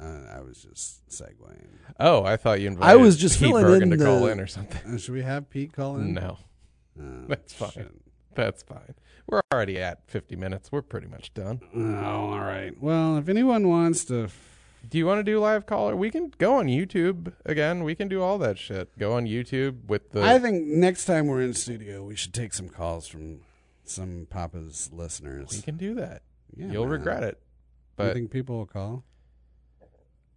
Speaker 2: Uh, I was just segueing.
Speaker 1: Oh, I thought you invited
Speaker 2: I was just
Speaker 1: Pete
Speaker 2: filling
Speaker 1: Bergen
Speaker 2: in
Speaker 1: to call
Speaker 2: the-
Speaker 1: in or something.
Speaker 2: Uh, should we have Pete call in?
Speaker 1: No.
Speaker 2: Oh,
Speaker 1: That's fine.
Speaker 2: shit.
Speaker 1: That's fine. We're already at 50 minutes. We're pretty much done.
Speaker 2: Oh, all right. Well, if anyone wants to,
Speaker 1: Do you want to do live caller? We can go on YouTube again. We can do all that shit. Go on YouTube with the.
Speaker 2: I think next time we're in studio, we should take some calls from some Papa's
Speaker 1: we
Speaker 2: listeners.
Speaker 1: can do that.
Speaker 2: Yeah,
Speaker 1: You'll
Speaker 2: man.
Speaker 1: regret it.
Speaker 2: you
Speaker 1: But
Speaker 2: think people will call?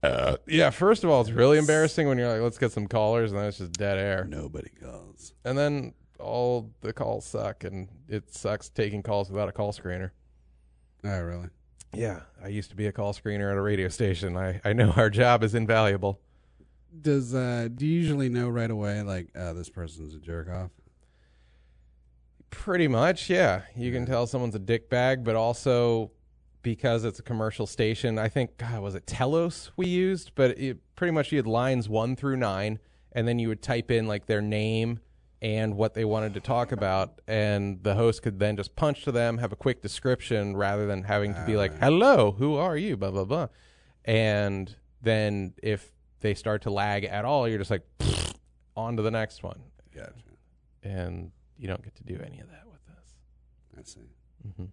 Speaker 1: uh, yeah, first of all, it's really embarrassing when you're like, let's get some callers, and then it's just dead air.
Speaker 2: Nobody calls.
Speaker 1: And then all the calls suck, and it sucks taking calls without a call screener.
Speaker 2: Oh, really?
Speaker 1: Yeah, I used to be a call screener at a radio station. I, I know our job is invaluable.
Speaker 2: Does uh, do you usually know right away? Like, uh, this person's a jerk off.
Speaker 1: Pretty much, yeah. You can tell someone's a dick bag, but also because it's a commercial station, I think God was it Telos we used, but it pretty much you had lines one through nine, and then you would type in like their name and what they wanted to talk about, and the host could then just punch to them, have a quick description rather than having to be like, "Hello, who are you?" Blah blah blah, and then if they start to lag at all, you're just like, on to the next one,
Speaker 2: Gotcha.
Speaker 1: and you don't get to do any of that with us.
Speaker 2: I see.
Speaker 1: Mhm.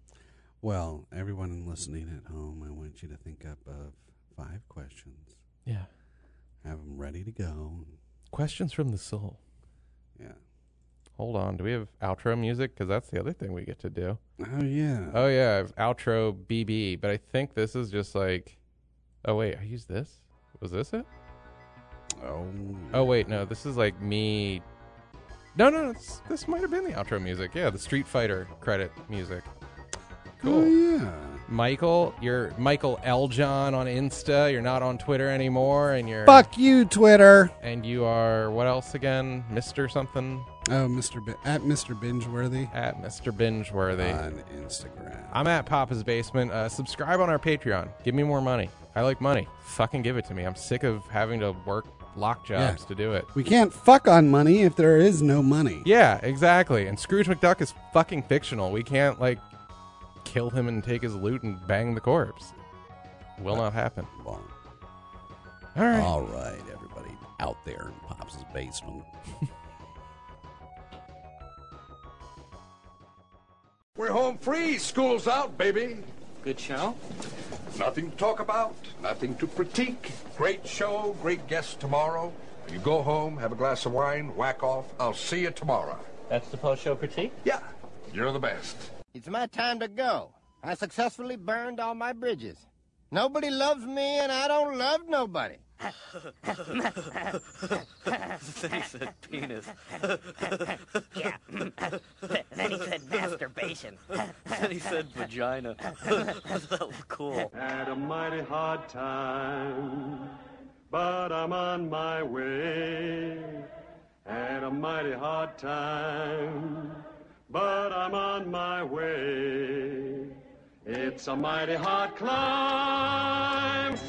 Speaker 2: Well, everyone listening at home, I want you to think up of five questions.
Speaker 1: Yeah.
Speaker 2: Have them ready to go.
Speaker 1: Questions from the soul.
Speaker 2: Yeah.
Speaker 1: Hold on. Do we have outro music? Because that's the other thing we get to do.
Speaker 2: Oh yeah.
Speaker 1: Oh, yeah. I have outro BB, but I think this is just like. Oh, wait. I used this? Was this it?
Speaker 2: Oh.
Speaker 1: Oh, wait. No, this is like me. No, no. This, this might have been the outro music. Yeah, the Street Fighter credit music.
Speaker 2: Oh,
Speaker 1: Cool.
Speaker 2: yeah.
Speaker 1: Michael, you're Michael L. John on Insta. You're not on Twitter anymore. And you're.
Speaker 2: Fuck you, Twitter.
Speaker 1: And you are what else again? Mr. something?
Speaker 2: Oh, Mr. B- at Mr. Bingeworthy
Speaker 1: At Mr. Bingeworthy.
Speaker 2: on Instagram.
Speaker 1: I'm at Papa's Basement. Uh, subscribe on our Patreon. Give me more money. I like money. Fucking give it to me. I'm sick of having to work lock jobs
Speaker 2: Yeah.
Speaker 1: to do it.
Speaker 2: we can't fuck on money if there is no money.
Speaker 1: Yeah, exactly. And Scrooge McDuck is fucking fictional. We can't, like, kill him and take his loot and bang the corpse. Will not happen.
Speaker 2: Well,
Speaker 1: All right.
Speaker 2: all right, everybody out there in Pops' basement.
Speaker 3: We're home free. School's out, baby.
Speaker 4: Good show.
Speaker 3: Nothing to talk about, nothing to critique. Great show, great guest tomorrow. You go home, have a glass of wine, whack off. I'll see you tomorrow.
Speaker 4: That's the post show critique.
Speaker 3: Yeah, you're the best.
Speaker 5: It's my time to go. I successfully burned all my bridges. Nobody loves me, and I don't love nobody.
Speaker 4: He said penis. *laughs*
Speaker 6: Yeah. then he said masturbation.
Speaker 4: Then he said vagina. *laughs* that was cool.
Speaker 7: Had a mighty hard time, but I'm on my way. Had a mighty hard time, but I'm on my way. It's a mighty hard climb.